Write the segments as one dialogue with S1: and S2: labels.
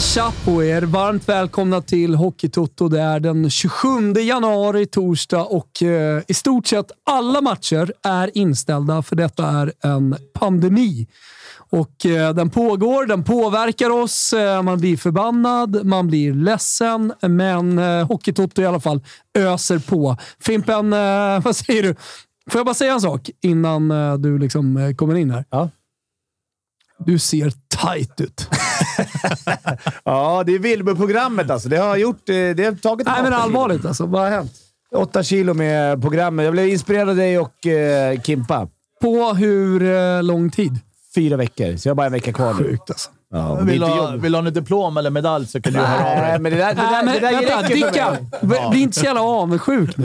S1: Tja på er! Varmt välkomna till Hockeytoto. Det är den 27 januari, torsdag, och eh, i stort sett alla matcher är inställda för detta är en pandemi. Och eh, den pågår, den påverkar oss, eh, man blir förbannad, man blir ledsen, men eh, Hockeytoto i alla fall öser på. Fimpen, eh, vad säger du? Får jag bara säga en sak innan eh, du liksom, eh, kommer in här?
S2: Ja.
S1: Du ser tight ut.
S2: Ja, det är Wilbur-programmet alltså. Det har gjort... eh, Det har tagit...
S1: Nej, men
S2: åtta
S1: allvarligt alltså. Vad har hänt?
S2: kilo. Åtta kilo med programmet. Jag blev inspirerad av dig och eh, Kimpa.
S1: På hur eh, lång tid?
S2: Fyra veckor, så jag har bara en vecka kvar nu.
S1: Sjukt alltså.
S2: Ja, men det är
S3: Vill
S2: inte
S3: du ha,
S2: jobb.
S3: vill du ha en diplom eller medalj så kan du höra av dig.
S2: Nej, men det där, det
S1: Nej,
S2: där,
S1: men
S2: det där
S1: vänta,
S2: räcker för
S1: Dickan!
S2: mig.
S1: B- Bli inte så jävla avundsjuk nu.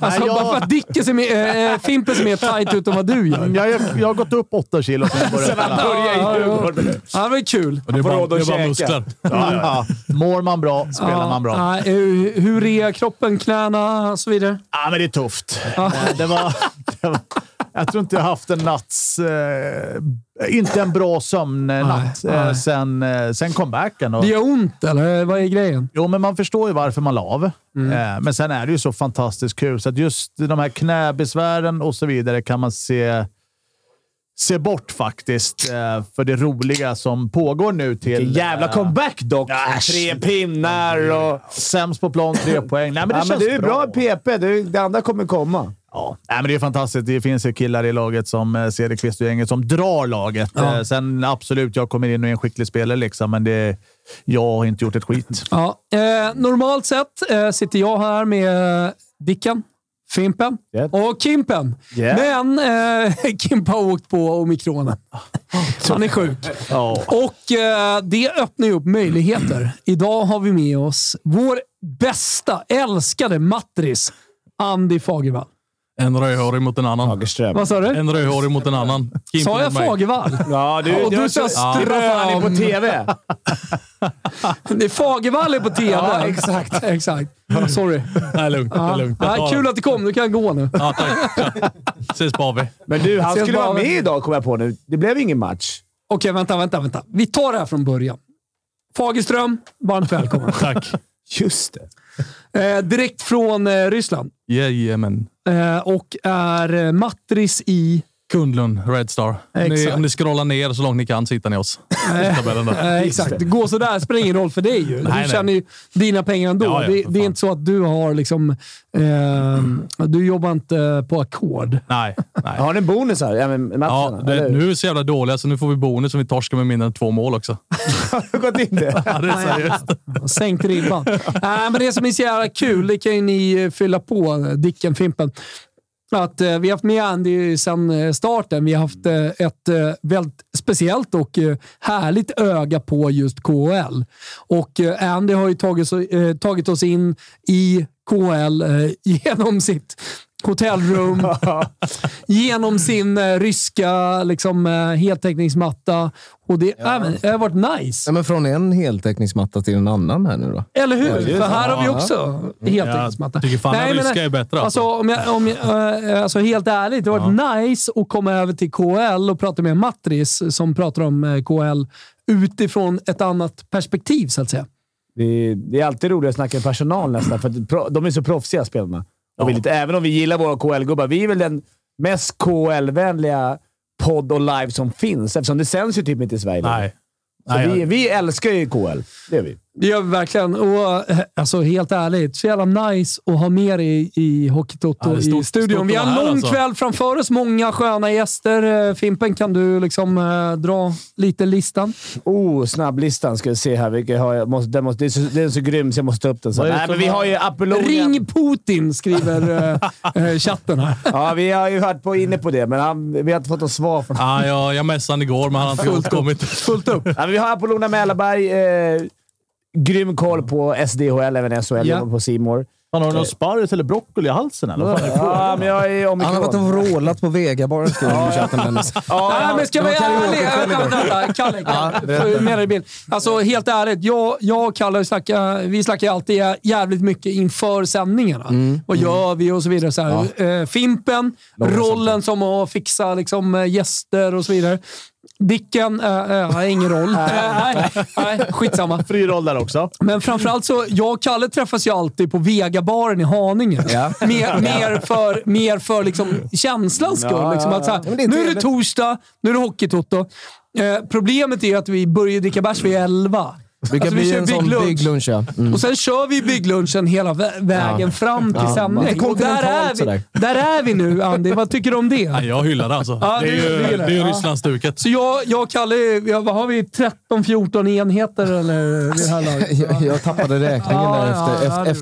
S1: Alltså,
S3: jag-
S1: bara för att Dicke ser mer, äh, Fimpen ser mer tight ut än vad du gör.
S3: Jag, är- jag har gått upp åtta kilo sen jag började spela.
S2: Börja
S1: Ja,
S2: i
S1: ja.
S2: Djurgården.
S1: Ja, det var ju kul.
S4: Det är
S2: får
S4: bara,
S2: råd att
S4: det är bara
S2: käka.
S4: muskler.
S3: Ja, ja. Mår man bra, spelar man bra.
S1: Ja, nej, hur, hur är kroppen, knäna och så vidare?
S3: Ja, men det är tufft. Eh, Det var, det var, jag tror inte jag haft en natts... Eh, inte en bra sömnnatt
S1: Nej, nej.
S3: eh, sen, eh, sen comebacken. Och,
S1: Det gör ont, eller vad är grejen? Mm.
S3: Jo, men man förstår ju varför man la av. Eh, men sen är det ju så fantastiskt kul, så att just de här knäbesvären och så vidare kan man se, se bort faktiskt. Eh, för det roliga som pågår nu till...
S2: Jävla
S3: eh,
S2: comeback dock!
S3: Äsch.
S2: Tre pinnar och...
S3: Sämst på plan, tre poäng. Nej, men det
S2: Ja, men
S3: känns
S2: du är bra
S3: bra
S2: PP. Du, det andra kommer komma.
S3: Ja, nej, men det är fantastiskt. Det finns ju killar i laget som eh, Cederqvist och gänget som drar laget.
S1: Ja.
S3: Eh, Sen absolut, jag kommer in och är en skicklig spelare, liksom, men det, jag har inte gjort ett skit.
S1: Ja, eh, normalt sett eh, sitter jag här med Dickan, Fimpen
S2: Yep.
S1: och Kimpen.
S2: Yeah.
S1: Men eh, Kimpa har åkt på omikronen. Han är sjuk.
S3: Ja.
S1: Och eh, det öppnar ju upp möjligheter. Idag har vi med oss vår bästa, älskade matris, Andy Fagervall.
S4: En rödhårig mot en annan.
S2: Fagerström.
S1: Vad sa du?
S4: En rödhårig mot en annan. Kim
S1: Sa jag
S4: mot mig.
S1: Fagervall?
S2: Ja, du,
S1: Och
S2: du,
S1: du
S2: du
S1: sa
S2: så
S1: ström.
S2: ström. på TV.
S1: Det är Fagervall är på TV.
S2: Ja, exakt.
S1: exakt. Sorry.
S4: Nej, lugnt. Det är
S1: Ja.
S4: lugnt. Jag
S1: Nej,
S4: tar
S1: kul
S4: den.
S1: att du kom. Du kan gå nu.
S4: Ja, tack. Tja. Ses på AV.
S2: Men du, han
S1: Ses
S2: skulle
S1: på
S2: vara
S1: AV.
S2: med idag kom jag på nu. Det blev ingen match.
S1: Okej, vänta, vänta, vänta. Vi tar det här från början. Fagerström, varmt välkommen.
S4: Tack.
S2: Just det.
S1: Eh, direkt från eh, Ryssland
S4: Jajamän.
S1: eh, och är eh, matris i...
S4: Kundlund, Red Star. Om Ni,
S1: Exakt.
S4: om ni scrollar ner så långt ni kan så hittar ni oss. I tabellen där.
S1: Eh, exakt. Det går sådär spelar ingen roll för dig ju.
S4: Nej,
S1: du
S4: nej.
S1: tjänar ju dina pengar ändå.
S4: Ja, ja,
S1: det,
S4: för
S1: det
S4: fan.
S1: är inte så att du har liksom... Eh, du jobbar inte på ackord.
S4: Nej, nej.
S2: Har ni bonus här? Ja, men matcherna,
S4: Ja, det,
S2: eller?
S4: nu är vi så jävla dåliga så nu får vi bonus om vi torskar med mindre än två mål också.
S2: Har du gått in det?
S4: Ja, det är seriöst.
S1: Sänkt ribban. Nej, men det som är så jävla kul, det kan ju ni eh, fylla på, eh, Dicken, Fimpen. Att eh, vi har haft med Andy sedan eh, starten. Vi har haft eh, ett eh, väldigt speciellt och eh, härligt öga på just KHL. Och eh, Andy har ju tagit, så, eh, tagit oss in i KHL eh, genom sitt hotellrum, genom sin eh, ryska liksom, eh, heltäckningsmatta. Och det, även, det har varit nice.
S5: Nej, men från en heltäckningsmatta till en annan här nu då.
S1: Eller hur?
S5: det är
S1: För
S5: sant.
S1: här har vi
S5: Ja.
S1: också heltäckningsmatta.
S4: Jag tycker fan den
S1: men-
S4: ryska är bättre,
S1: Alltså,
S4: alltså.
S1: om jag, om jag, eh, alltså helt ärligt, det har varit nice att komma över till KL och prata med Matris som pratar om eh, KL utifrån ett annat perspektiv, så att säga.
S2: Det är, det är alltid roligt att snacka med personal nästan, för att pro- de är så proffsiga spelarna. Och vi är lite, även om vi gillar våra KL-gubbar. Vi är väl den mest KL-vänliga podd och live som finns, eftersom det sänds ju typ inte i Sverige.
S4: Nej.
S2: Så
S4: Nej,
S2: vi, vi älskar ju KL. Det gör vi.
S1: Det gör vi verkligen. Och, eh, alltså, helt ärligt, så jävla nice att ha med er i, i
S4: Ja,
S1: Hockeytoto
S4: det är stort-
S1: i studion.
S4: stort
S1: Vi har
S4: att
S1: en
S4: vara här,
S1: lång
S4: alltså.
S1: kväll framför oss, många sköna gäster. Eh, Fimpen, kan du liksom, eh, dra lite listan?
S2: Oh, snabblistan ska vi se här. Vilka har jag? Måste, den, måste, det är så, den är så grym så jag måste ta upp den sen.
S3: Vad är det
S2: Nej,
S3: som
S2: men vi
S3: har-
S2: har ju Apollonia.
S1: Ring Putin, skriver eh, eh, chatten här.
S2: Ja, vi har ju varit på, inne på det, men han, vi har inte fått något svar från
S4: Ja, jag, jag messade han igår, men han har inte återkommit.
S1: Fullt upp.
S2: Ja, men vi har Apollonia Mälarberg. Eh, grym koll på SDHL, även SHL,
S1: Ja.
S2: jobbar på Simor. Eh.
S3: Man har du någon sparris eller broccoli i halsen eller? Vad fan är det?
S2: Ja, men jag är omikron.
S5: Han har varit och vrålat på Vegabaren skriver i chatten Dennis.
S1: Nej, men ska vi vara ärliga? Vänta, vänta, vänta. Kalle, Kalle. Får jag med dig i bild. Alltså, helt ärligt. Jag, jag och Kalle, snackar, vi snackar ju alltid jävligt mycket inför sändningarna.
S2: Mm,
S1: Vad gör vi och så vidare. Så här. Eh, Fimpen, rollen som att fixa liksom, eh, gäster och så vidare. Dicken, eh, eh, har ingen roll. nej, nej, skitsamma.
S3: Fri roll där också.
S1: Men framförallt så, jag och Kalle träffas ju alltid på Vegabaren i Haninge.
S5: Ja.
S1: Mer, mer för, mer för liksom känslans skull.
S2: Ja,
S1: liksom att så här,
S5: men det är
S1: nu är det
S5: trevligt.
S1: torsdag, nu är det hockeytoto. Eh, problemet är ju att vi börjar dricka bärs vid elva.
S5: Brukar
S1: Alltså, vi
S5: bli
S1: kör
S5: en sån
S1: big lunch.
S5: big lunch, ja. Mm.
S1: Och sen kör vi bygglunchen hela vä- vägen fram till sändning. Och där är,
S5: kontinentalt
S1: vi,
S5: sådär.
S1: där är vi nu, Andy. Vad tycker du om
S4: Nej,
S1: det?
S4: Jag hyllar det alltså.
S1: Ja,
S4: det är
S1: du- du
S4: ju,
S1: gillar
S4: det
S1: det.
S4: är ju
S1: Ja.
S4: Rysslandsduket.
S1: Så jag, jag och Kalle, Eh, ja, vad har vi? 13-14 enheter eller vid det här laget?
S5: Jag, jag tappade räkningen
S1: Ja,
S5: där
S1: ja,
S5: efter,
S1: ja,
S5: efter,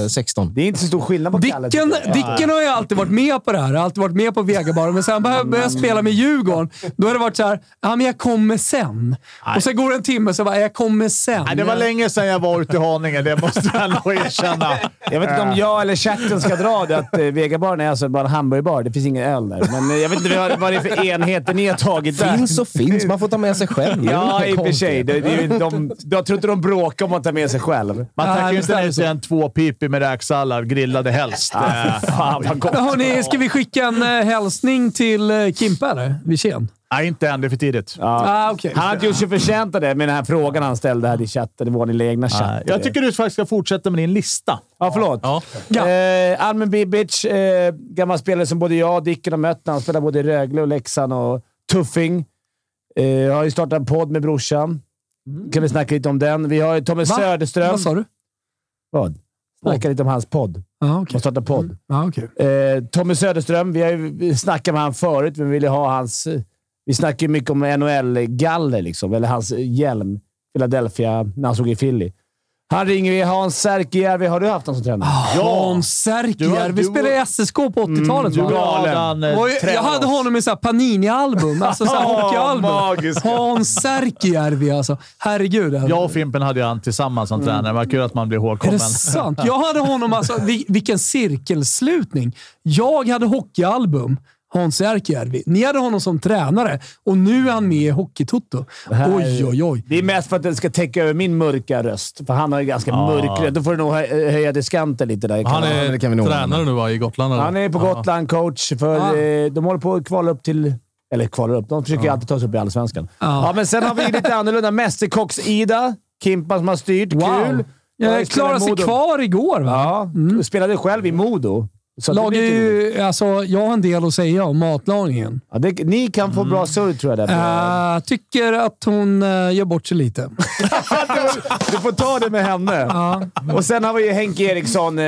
S5: efter eh, 16.
S2: Det är inte så stor skillnad på Kalle.
S1: Dicken,
S2: tycker jag.
S1: Dicken har ju alltid varit med på det här. Har Alltid varit med på Vegabaren. Men sen började jag spela med Djurgården. Då har det varit så här, ja men jag kommer sen. Och sen går det en timme så bara, jag kommer sen.
S3: Nej, det var länge sedan jag var ute i Haninge, det måste jag nog erkänna. Eh.
S2: Jag vet inte om jag eller chatten ska dra det att eh, Vegabaren är alltså bara en hamburgerbar. Det finns ingen öl där. Men eh, jag vet inte vad, vad det är för enheter ni har tagit där.
S5: Finns och finns. Man får ta med sig själv. Det är
S2: Ja,
S5: väl
S2: i och för
S5: konstigt.
S2: sig. De, de, de, jag tror inte de bråkar om att ta med sig själv.
S3: Man
S1: Nej,
S3: tackar ju
S1: men
S3: inte
S1: stämmer
S3: nej till en tvåpipig med räksallad, grillade helst. Eh,
S2: Ah, Fan vad gott.
S1: Men Hörni, ska vi skicka en eh, hälsning till eh, Kimpa eller? Wirsén?
S3: Nej, inte än. Det är för tidigt.
S1: Ah, okej.
S2: Han har inte gjort sig förtjänt av det med den här frågan han ställde här i chatten. Det var din egna chatt.
S3: Nej, Jag tycker du faktiskt ska fortsätta med din lista.
S2: Ja, förlåt.
S4: Ja.
S1: Ja.
S2: Eh, Almen Bibic, eh, gammal spelare som både jag och Dicken har mött. när Han spelar både i Rögle och Leksand och Tuffing. Eh, har ju startat en podd med brorsan. Kan vi snacka lite om den. Vi har ju Tommy
S1: Va?
S2: Söderström.
S1: Vad sa du?
S2: Vad? Snacka lite om hans podd.
S1: Ja,
S2: Han
S1: okej.
S2: startar podd.
S1: Ja, okej.
S2: Eh, Tommy Söderström, vi har ju snackat med honom förut, men vi ville ha hans... Vi snackade ju mycket om NHL-galler, liksom, eller hans hjälm. Philadelphia, när han såg i Philly. Han ringer vi. Hans Särkijärvi, har du haft honom som tränare?
S1: Ja. Hans
S3: Du har-
S1: Särkijärvi. Vi
S3: du- Mm,
S1: spelade i SSK på 80-talet
S3: Du
S1: va?
S2: galen.
S3: galan, eh,
S1: Och jag- jag
S3: tränare.
S1: hade honom i så här Panini-album. Alltså så här
S3: Åh,
S1: hockeyalbum.
S3: magiska.
S1: Hans Särkijärvi alltså. Herregud. alltså.
S3: Jag och Fimpen hade ju han tillsammans som tränare. Vad kul att man blir
S1: Är det
S3: ihågkommen.
S1: sant? Jag hade honom alltså... vi- Vilken cirkelslutning. Jag hade hockeyalbum. Hans Särkijärvi. Ni hade honom som tränare och nu är han med i Hockeytoto.
S2: här-
S1: Oj, oj, oj.
S2: Det är mest för att den ska täcka över min mörka röst, för han har ju ganska mörk röst. Då får du nog hö- höja diskanten lite där.
S4: Han
S2: Kalle.
S4: är
S5: det kan vi nog
S4: tränare nu va, i Gotland? eller?
S2: han är på Gotland coach, för
S1: Ah.
S2: eh, de håller på att kvala upp till... Eller kvala upp. De försöker ju alltid ta sig upp i Allsvenskan.
S1: Ja.
S2: Ja, men sen har vi lite annorlunda. Mästerkocks-Ida. Kimpa som har styrt. Kul!
S1: Wow.
S2: Jag
S1: Jag
S2: spelar
S1: klarade sig
S2: Modo.
S1: kvar igår va? Mm.
S2: Ja, du spelade själv i Modo. Så att det
S1: Lag är
S2: blir lite roligt.
S1: ju, alltså, jag har en del att säga om matlagningen. Mm.
S2: ja, det, ni kan få bra surr tror jag. Där.
S1: Eh, tycker att hon eh, gör bort sig lite.
S2: Du får ta det med henne.
S1: Ja.
S2: Och sen har vi ju Henke Eriksson, eh,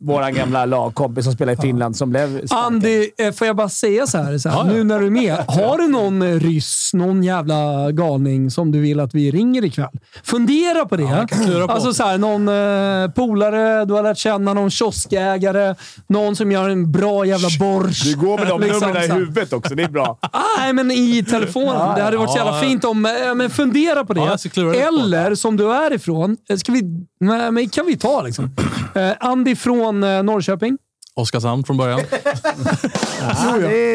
S2: vår gamla lagkompis som spelar i Finland, som blev sparkad.
S1: Andy, eh, får jag bara säga så här, så här nu när du är med. Har du någon eh, ryss, någon jävla galning som du vill att vi ringer ikväll? Fundera på det.
S4: klura på.
S1: Alltså så här, någon eh, polare, du har lärt känna någon kioskägare, någon som gör en bra jävla borsch.
S2: Du går med de
S1: Liksom
S2: numren i
S1: så här.
S2: huvudet också. Det är bra.
S1: Ah, Nej, men i telefonen. Det hade varit så jävla
S4: Ja,
S1: fint om... eh, Men fundera på det.
S4: Ja, jag ska klura det på.
S1: Eller, som du är ifrån, eh, ska vi, nej, men kan vi ta liksom. Eh, Andy från eh, Norrköping.
S4: Oskarshamn från början.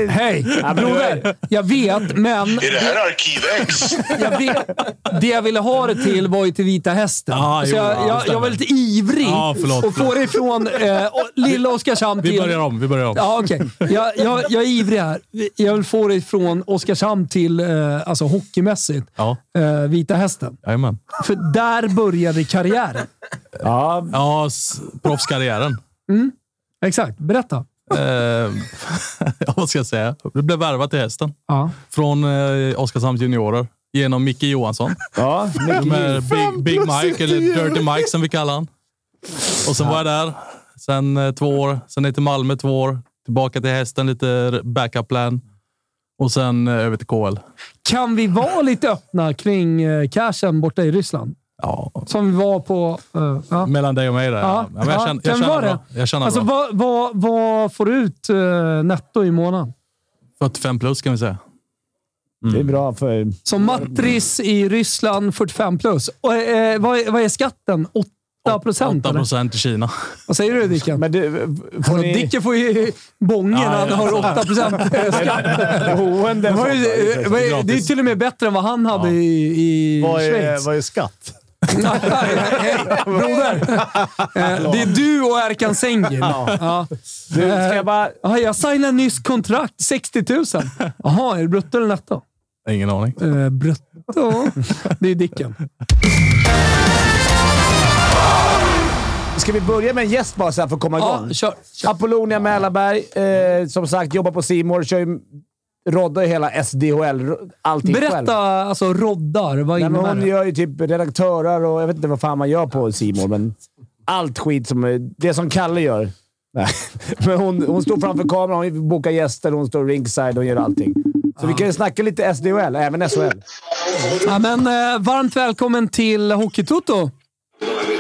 S1: Hej! Broder! Jag vet, men
S6: Är det här Arkiv X?
S1: jag vet, det jag ville ha det till var ju till Vita Hästen.
S4: Ja, Ah, jo,
S1: så jag,
S4: ja, det
S1: jag, jag var
S4: stämmer.
S1: lite ivrig
S4: Ja, förlåt,
S1: och får det ifrån eh, och- lilla Oskarshamn
S4: Vi
S1: till...
S4: börjar om. Vi börjar om.
S1: Ja, okej. Jag, jag, jag är ivrig här. Jag vill få det från Oskarshamn till, eh, alltså hockeymässigt,
S4: Ja,
S1: eh, Vita Hästen.
S4: jajamän.
S1: För där började karriären.
S2: Ja,
S4: Ja, s- proffskarriären.
S1: Mm. Exakt. Berätta.
S4: Eh, ja, vad ska jag säga? Du blev värvad till hästen.
S1: Ja.
S4: Från eh, Oskarshamns juniorer. Genom Micke Johansson.
S2: ja.
S4: De här Big, Big Mike, eller Dirty Mike som vi kallar han. Och sen var jag där. Sen eh, två år. Sen ner till Malmö två år. Tillbaka till hästen, lite backup plan. Och sen eh, över till KL.
S1: Kan vi vara lite öppna kring eh, cashen borta i Ryssland?
S4: Ja,
S1: Som vi var på... Eh, ja.
S4: mellan dig och mig där. Ja, men jag
S1: ja,
S4: känner,
S1: kan
S4: jag
S1: vi
S4: känner
S1: vara
S4: bra.
S1: det?
S4: Jag känner
S1: alltså,
S4: bra.
S1: vad, vad, vad får du ut eh, netto i månaden?
S4: 45 plus kan vi säga.
S2: Det är bra för...
S1: Som matris i Ryssland, 45 plus. Och, eh, vad, är, vad är skatten? 8 procent?
S4: 8
S1: eller?
S4: procent i Kina.
S1: Vad säger du Dicken?
S2: Men du, får
S1: Alltså,
S2: ni
S1: Dicken får ju bången när han har 8 procent skatt.
S2: boende?
S1: Det, var ju,
S2: och
S1: eh,
S2: sånt?
S1: vad är- det är till och med bättre än vad han hade
S4: Ja.
S1: i, i
S3: Vad är,
S1: Schweiz.
S3: vad är skatt?
S1: Nej, hej, Broder! Eh, Det är du och Erkan Sengin. Ja. Eh,
S2: Du, ska jag bara...
S1: Ja, jag signade nyss kontrakt. 60 000. Jaha, är det brutto eller netto?
S4: Ingen aning.
S1: Eh, brutto. Det är Dicken.
S2: Ska vi börja med en gäst bara så här för att komma
S1: Ja,
S2: igång?
S1: kör. kör.
S2: Apollonia Mälarberg. Eh, som sagt, jobbar på C More, kör ju Roddar ju hela SDHL. Allting själv.
S1: Berätta, alltså roddar. Vad
S2: Nej, men
S1: innebär
S2: hon
S1: det?
S2: gör ju typ redaktörer och jag vet inte vad fan man gör på C More, men allt skit som... eh, Det som Kalle gör. Nej. Men hon, hon står framför kameran, hon bokar gäster, hon står ringside, hon gör allting. Så vi kan ju snacka lite SDHL, även SHL.
S1: Ja, men, eh, varmt välkommen till Hockeytoto!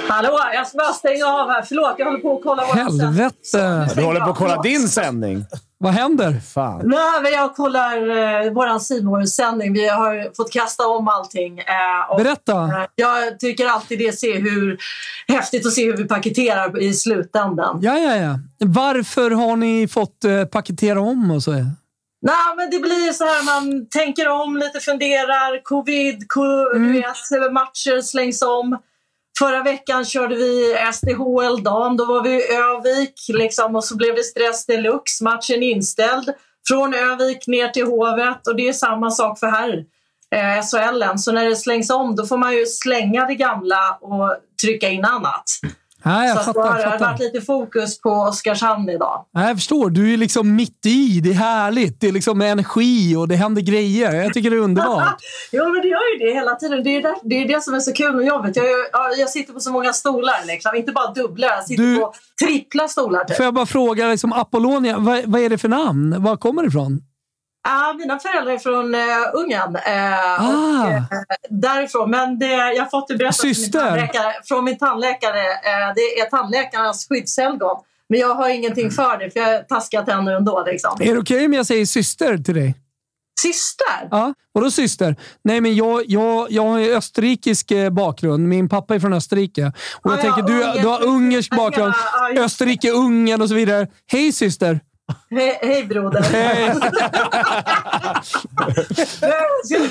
S6: Hallå, jag ska bara stänga av här. Förlåt, jag håller på att kolla vår
S1: Helvete!
S2: Du håller på att kolla din sändning.
S1: Vad händer?
S2: Fan.
S6: Nej, men jag kollar eh, vår simor Vi har fått kasta om allting. Eh, och,
S1: Berätta!
S6: eh, jag tycker alltid det ser hur häftigt att se hur vi paketerar i slutändan.
S1: Ja, ja, ja. Varför har ni fått eh, paketera om och så?
S6: Nej, men det blir så här, man tänker om lite, funderar. Covid, co-
S1: Mm.
S6: du vet, matcher slängs om. Förra veckan körde vi SDHL dam, då var vi i Övik liksom, och så blev det stress deluxe, matchen inställd. Från Övik ner till Hovet och det är samma sak för här eh, SHL. -en. Så när det slängs om då får man ju slänga det gamla och trycka in annat.
S1: Nej, jag
S6: så att då har
S1: fattar.
S6: det
S1: fattar.
S6: varit lite fokus på Oskarshamn idag.
S1: Nej, jag förstår. Du är liksom mitt i. Det är härligt. Det är liksom energi och det händer grejer. Jag tycker det är underbart.
S6: Jo, men det gör ju det hela tiden. Det är det, det, är det som är så kul med jobbet. Jag, jag, jag sitter på så många stolar, liksom. inte bara dubbla. Jag sitter
S1: Du-
S6: på trippla stolar. Typ.
S1: Får jag bara fråga, liksom, Apollonia, vad, vad är det för namn? Var kommer det ifrån?
S6: Ah, mina föräldrar är från eh, Ungern. eh,
S1: Ah.
S6: och, eh, därifrån. Men det, jag har fått det berättat från min
S1: Syster.
S6: tandläkare. Från min tandläkare eh, det är tandläkarens skyddshelgon. Men jag har ingenting för det, för jag har taskat henne ändå. Liksom.
S1: Mm. Är det okej om jag säger syster till dig?
S6: Syster!
S1: Ja, vadå syster? Nej, men jag, jag, jag har ju österrikisk eh, bakgrund. Min pappa är från Österrike. Och jag
S6: Ah, ja,
S1: tänker, du,
S6: Ungern.
S1: du har ungersk
S6: Ja,
S1: bakgrund.
S6: ja, just det.
S1: Österrike, Ungern och så vidare. Hej syster!
S6: Hej, hej broder!
S1: Hej. Ja, så jävla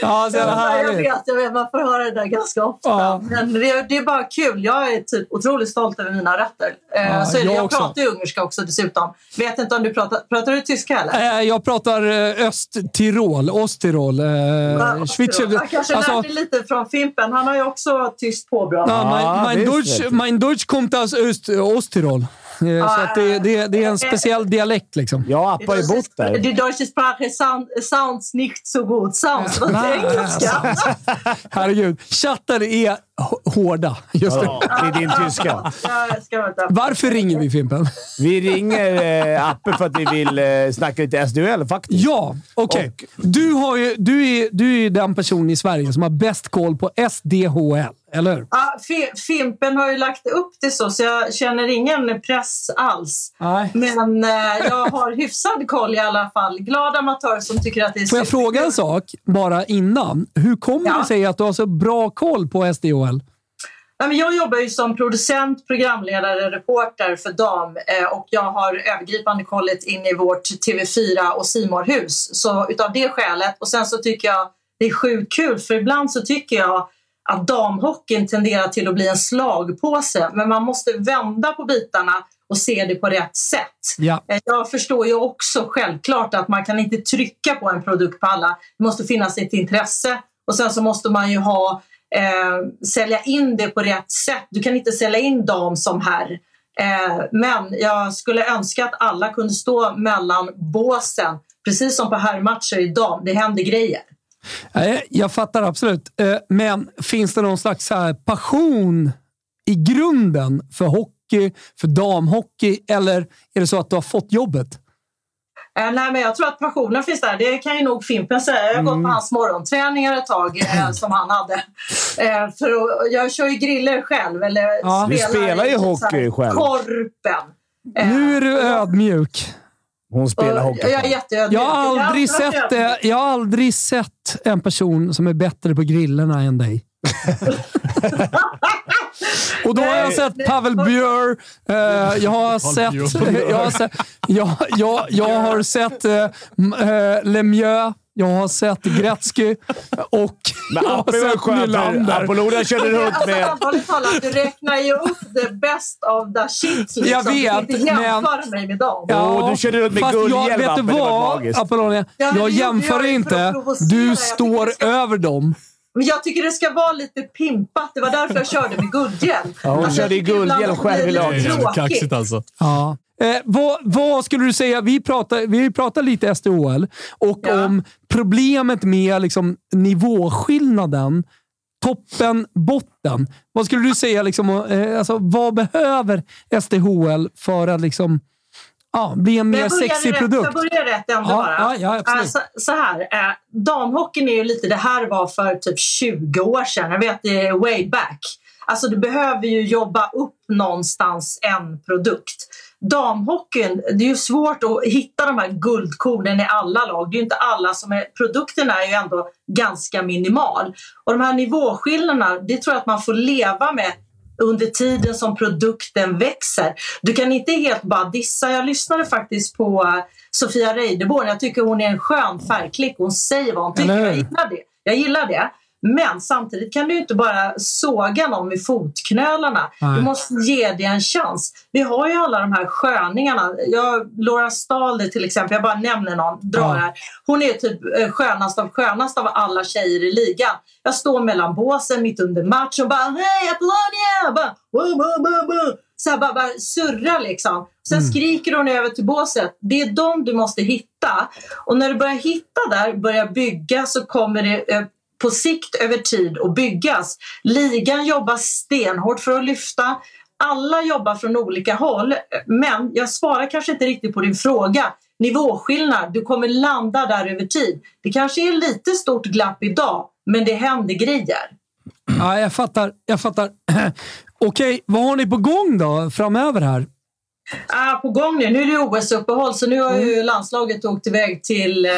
S6: Ja, jag
S1: härligt.
S6: vet, jag vet, man får höra det där ganska ofta.
S1: Ja.
S6: Men det, det är bara kul. Jag är typ otroligt stolt över mina rötter. Eh,
S1: Ja,
S6: så är det.
S1: jag
S6: Jag,
S1: också.
S6: pratar ju ungerska också dessutom. Vet inte om du pratar, pratar du tyska eller?
S1: Eh, Jag pratar eh, Östtirol, Osttirol, eh,
S6: Ja,
S1: Schweizer.
S6: Ah, Jag kanske
S1: Alltså,
S6: lärde lite från Fimpen. Han har ju också tyst påbrå.
S1: ja,
S2: Ja,
S1: mein, mein,
S2: Ah, visst
S1: Deutsch,
S2: vet
S1: mein Deutsch kommt aus Öst, Osttirol. Eh, så att det, det, det är en speciell dialekt liksom.
S2: Jag och Appa har ju bott där.
S6: Die deutsche Sprache sound, sounds nicht so gut. Sounds, vad
S1: Nej,
S6: säger
S1: alltså.
S6: engelska?
S1: Herregud. Chatten är h- hårda. Just det.
S2: Ja, det är din tyska.
S6: Jag ska vänta.
S1: Varför ringer vi Fimpen?
S2: Vi ringer eh, Appe för att vi vill eh, snacka lite SDHL faktiskt.
S1: Ja, okej. Du, har ju, du, är, du är den person i Sverige som har bäst koll på SDHL, eller hur?
S6: Ja, Fi- Fimpen har ju lagt upp det så, så jag känner ingen press alls.
S1: Nej.
S6: Men eh, jag har hyfsad koll i alla fall. Glad amatör som tycker att det är
S1: Får jag
S6: superkul.
S1: fråga en sak bara innan? Hur kommer
S6: Ja.
S1: det sig att du har så bra koll på SDHL?
S6: Nej, men jag jobbar ju som producent, programledare, reporter för dam eh, och jag har övergripande kollet in i vårt TV4 och simor hus Så utav det skälet. Och sen så tycker jag det är sjukt kul för ibland så tycker jag att damhockeyn tenderar till att bli en slagpåse. Men man måste vända på bitarna och se det på rätt sätt.
S1: Ja.
S6: Eh, Jag förstår ju också självklart att man kan inte trycka på en produkt på alla. Det måste finnas ett intresse och sen så måste man ju ha, eh, sälja in det på rätt sätt. Du kan inte sälja in dam som herr. Eh, men jag skulle önska att alla kunde stå mellan båsen, precis som på herrmatcher i dam. Det händer grejer.
S1: Nej, Eh, jag fattar absolut. Eh, Men finns det någon slags så här passion i grunden för hockey, för damhockey, eller är det så att du har fått jobbet?
S6: Eh, nej, men jag tror att passionen finns där. Det kan ju nog Fimpen säga. Jag har gått på
S2: Mm.
S6: hans morgonträningar ett tag eh, som han hade. Eh, för att, jag kör ju griller själv. Eller
S1: Ja.
S2: Du spelar ju
S6: i typ så här
S2: hockey själv.
S6: Korpen. Eh,
S1: Nu är du ödmjuk.
S2: Hon spelar
S6: och
S2: hockey.
S6: Jag är jätteödmjuk.
S1: Jag har aldrig
S6: Jag har
S1: sett det. Jag har aldrig sett en person som är bättre på grillorna än dig. Och då har jag sett Pavel Björ. eh, jag har sett... Jag har sett, jag, jag, jag har sett eh, m- eh, Lemieux. jag har sett Gretzky och
S2: Men
S1: jag
S2: Appe var
S1: har sett
S2: skön, för
S1: Nylander.
S2: Apollonia körde runt
S6: Alltså,
S2: med...
S6: allvarligt talat, du räknar ju upp the best of the shit. Liksom.
S1: Jag vet,
S6: du kan inte jämföra mig med dem.
S2: Åh, du körde runt med
S1: fast jag,
S2: guldhjälm,
S1: Vet du
S2: Appe. Det var
S1: vad,
S2: magiskt.
S1: Apollonia?
S6: Ja, men det
S1: jag
S6: gjorde
S1: jämför
S6: jag ju för att
S1: inte.
S6: provocera.
S1: Du
S6: Jag tycker
S1: står
S6: det ska-
S1: över dem.
S6: Men jag tycker det ska vara lite pimpat. Det var därför jag körde med guldhjälm. Alltså, Ja,
S2: hon körde i guldhjälm själv i laget.
S4: Det är jävligt kaxigt alltså.
S1: Ja. Eh, vad, vad skulle du säga? Vi pratar, vi har ju pratat lite SDHL och
S6: Ja.
S1: om problemet med liksom, nivåskillnaden. Toppen, botten. Vad skulle du säga? Liksom, eh, alltså, vad behöver SDHL för att liksom, ja, bli en mer
S6: jag börjar
S1: sexig
S6: rätt,
S1: produkt?
S6: Jag börjar rätt ändå
S1: Ja,
S6: bara.
S1: ja, ja, absolut.
S6: Äh, så, så här, eh, damhockeyn är ju lite det här var för typ 20 år sedan. Jag vet, det är way back. Alltså du behöver ju jobba upp någonstans en produkt. Damhockeyn, det är ju svårt att hitta de här guldkornen i alla lag. Det är ju inte alla som är... Produkten är ju ändå ganska minimal. Och de här nivåskillnaderna, det tror jag att man får leva med under tiden som produkten växer. Du kan inte helt bara dissa. Jag lyssnade faktiskt på eh, Sofia Reideborn. Jag tycker hon är en skön färgklick. Hon säger vad hon tycker.
S1: Eller hur?
S6: Jag gillar det. Jag gillar det. Men samtidigt kan du inte bara såga någon med fotknölarna.
S1: Nej.
S6: Du måste ge det en chans. Vi har ju alla de här sköningarna. Jag, Laura Stalder till exempel, jag bara nämner någon, drar
S1: Ja.
S6: här. Hon är typ eh, skönast av skönast av alla tjejer i ligan. Jag står mellan båsen mitt under match och bara hej Apollonia! Bara, "Wow, wow, wow, wow." Så här bara, bara surrar liksom. Sen skriker hon över till båset. Det är dem du måste hitta. Och när du börjar hitta där, börjar bygga så kommer det eh, på sikt över tid att byggas. Ligan jobbar stenhårt för att lyfta. Alla jobbar från olika håll, men jag svarar kanske inte riktigt på din fråga. Nivåskillnad, du kommer landa där över tid. Det kanske är lite stort glapp idag, men det händer grejer.
S1: Ja, jag fattar. Jag fattar. Okej, vad har ni på gång då framöver här?
S6: Ah, på gång nu. Nu är det OS-uppehåll så nu har ju landslaget åkt iväg till eh,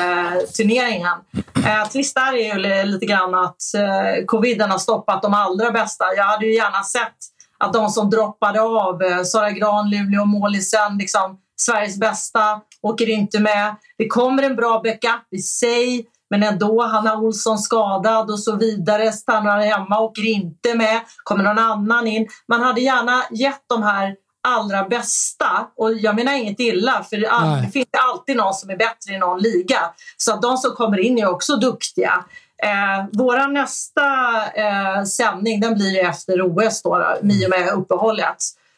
S6: turneringen. Eh, trist där är ju li- lite grann att eh, coviden har stoppat de allra bästa. Jag hade ju gärna sett att de som droppade av, eh, Sara Gran, Luleå, målisen, liksom, Sveriges bästa, åker inte med. Det kommer en bra backup i sig. Men ändå, Hanna Olsson skadad och så vidare, stannar hemma, åker inte med, kommer någon annan in. Man hade gärna gett de här allra bästa, och jag menar inget illa, för det all-
S1: Nej.
S6: det finns alltid någon som är bättre i någon liga. Så att de som kommer in är också duktiga. Eh, Vår nästa eh, sändning den blir ju efter OS, då, då, i och med uppehållet.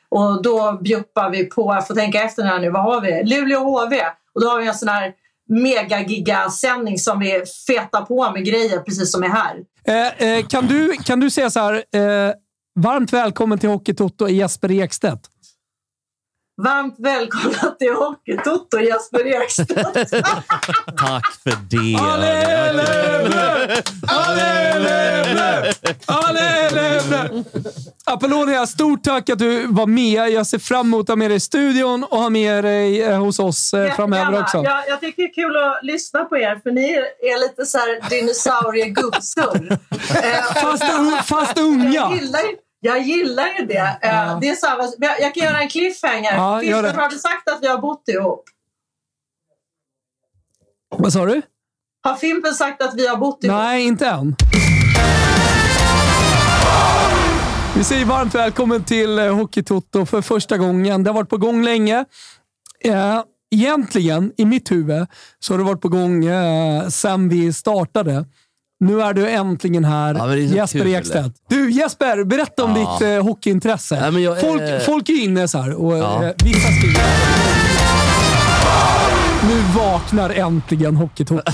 S6: Och då bjuppar vi på, jag får tänka efter här nu, vad har vi? Luleå HV. Och då har vi en sån här megagigasändning som vi fetar på med grejer precis som är här.
S1: Eh, eh, kan, du, kan du säga så här, eh, varmt välkommen till Hockey Toto Jesper Ekstedt.
S6: Varmt välkomna till Hockeytoto Jesper Ekstedt.
S7: Tack för det.
S1: Alle Lööfberg! Alle Lööfberg! Alle Lööfberg! Apollonia, stort tack att du var med. Jag ser fram emot att ha med dig i studion och ha med dig eh, hos oss eh, framöver
S6: Jättegärna.
S1: också.
S6: Jag, jag tycker det är kul att lyssna på er för ni är lite så här dinosauriegubbsurr. Eh,
S1: Fast, un- fast
S6: Jag
S1: unga!
S6: gillar, ju- jag gillar ju det. Eh, det är så här, vad- jag, jag kan göra en cliffhanger.
S1: Ja, gör
S6: Christer,
S1: det.
S6: har du sagt att vi har bott ihop?
S1: Vad sa du?
S6: Har Fimpen sagt att vi har bott ihop?
S1: Nej, inte än. Vi säger varmt välkommen till eh, Hockeytoto för första gången. Det har varit på gång länge. Eh, Egentligen, i mitt huvud, så har det varit på gång eh, sen vi startade. Nu är du äntligen här,
S7: Ja, men det är så
S1: Jesper
S7: kul.
S1: Ekstedt. Du Jesper, berätta om
S7: Ja.
S1: ditt eh, hockeyintresse.
S7: Nej, men jag är-
S1: folk, folk är inne så här och
S7: Ja.
S1: eh, vissa skriver... Nu vaknar äntligen Hockeytoto.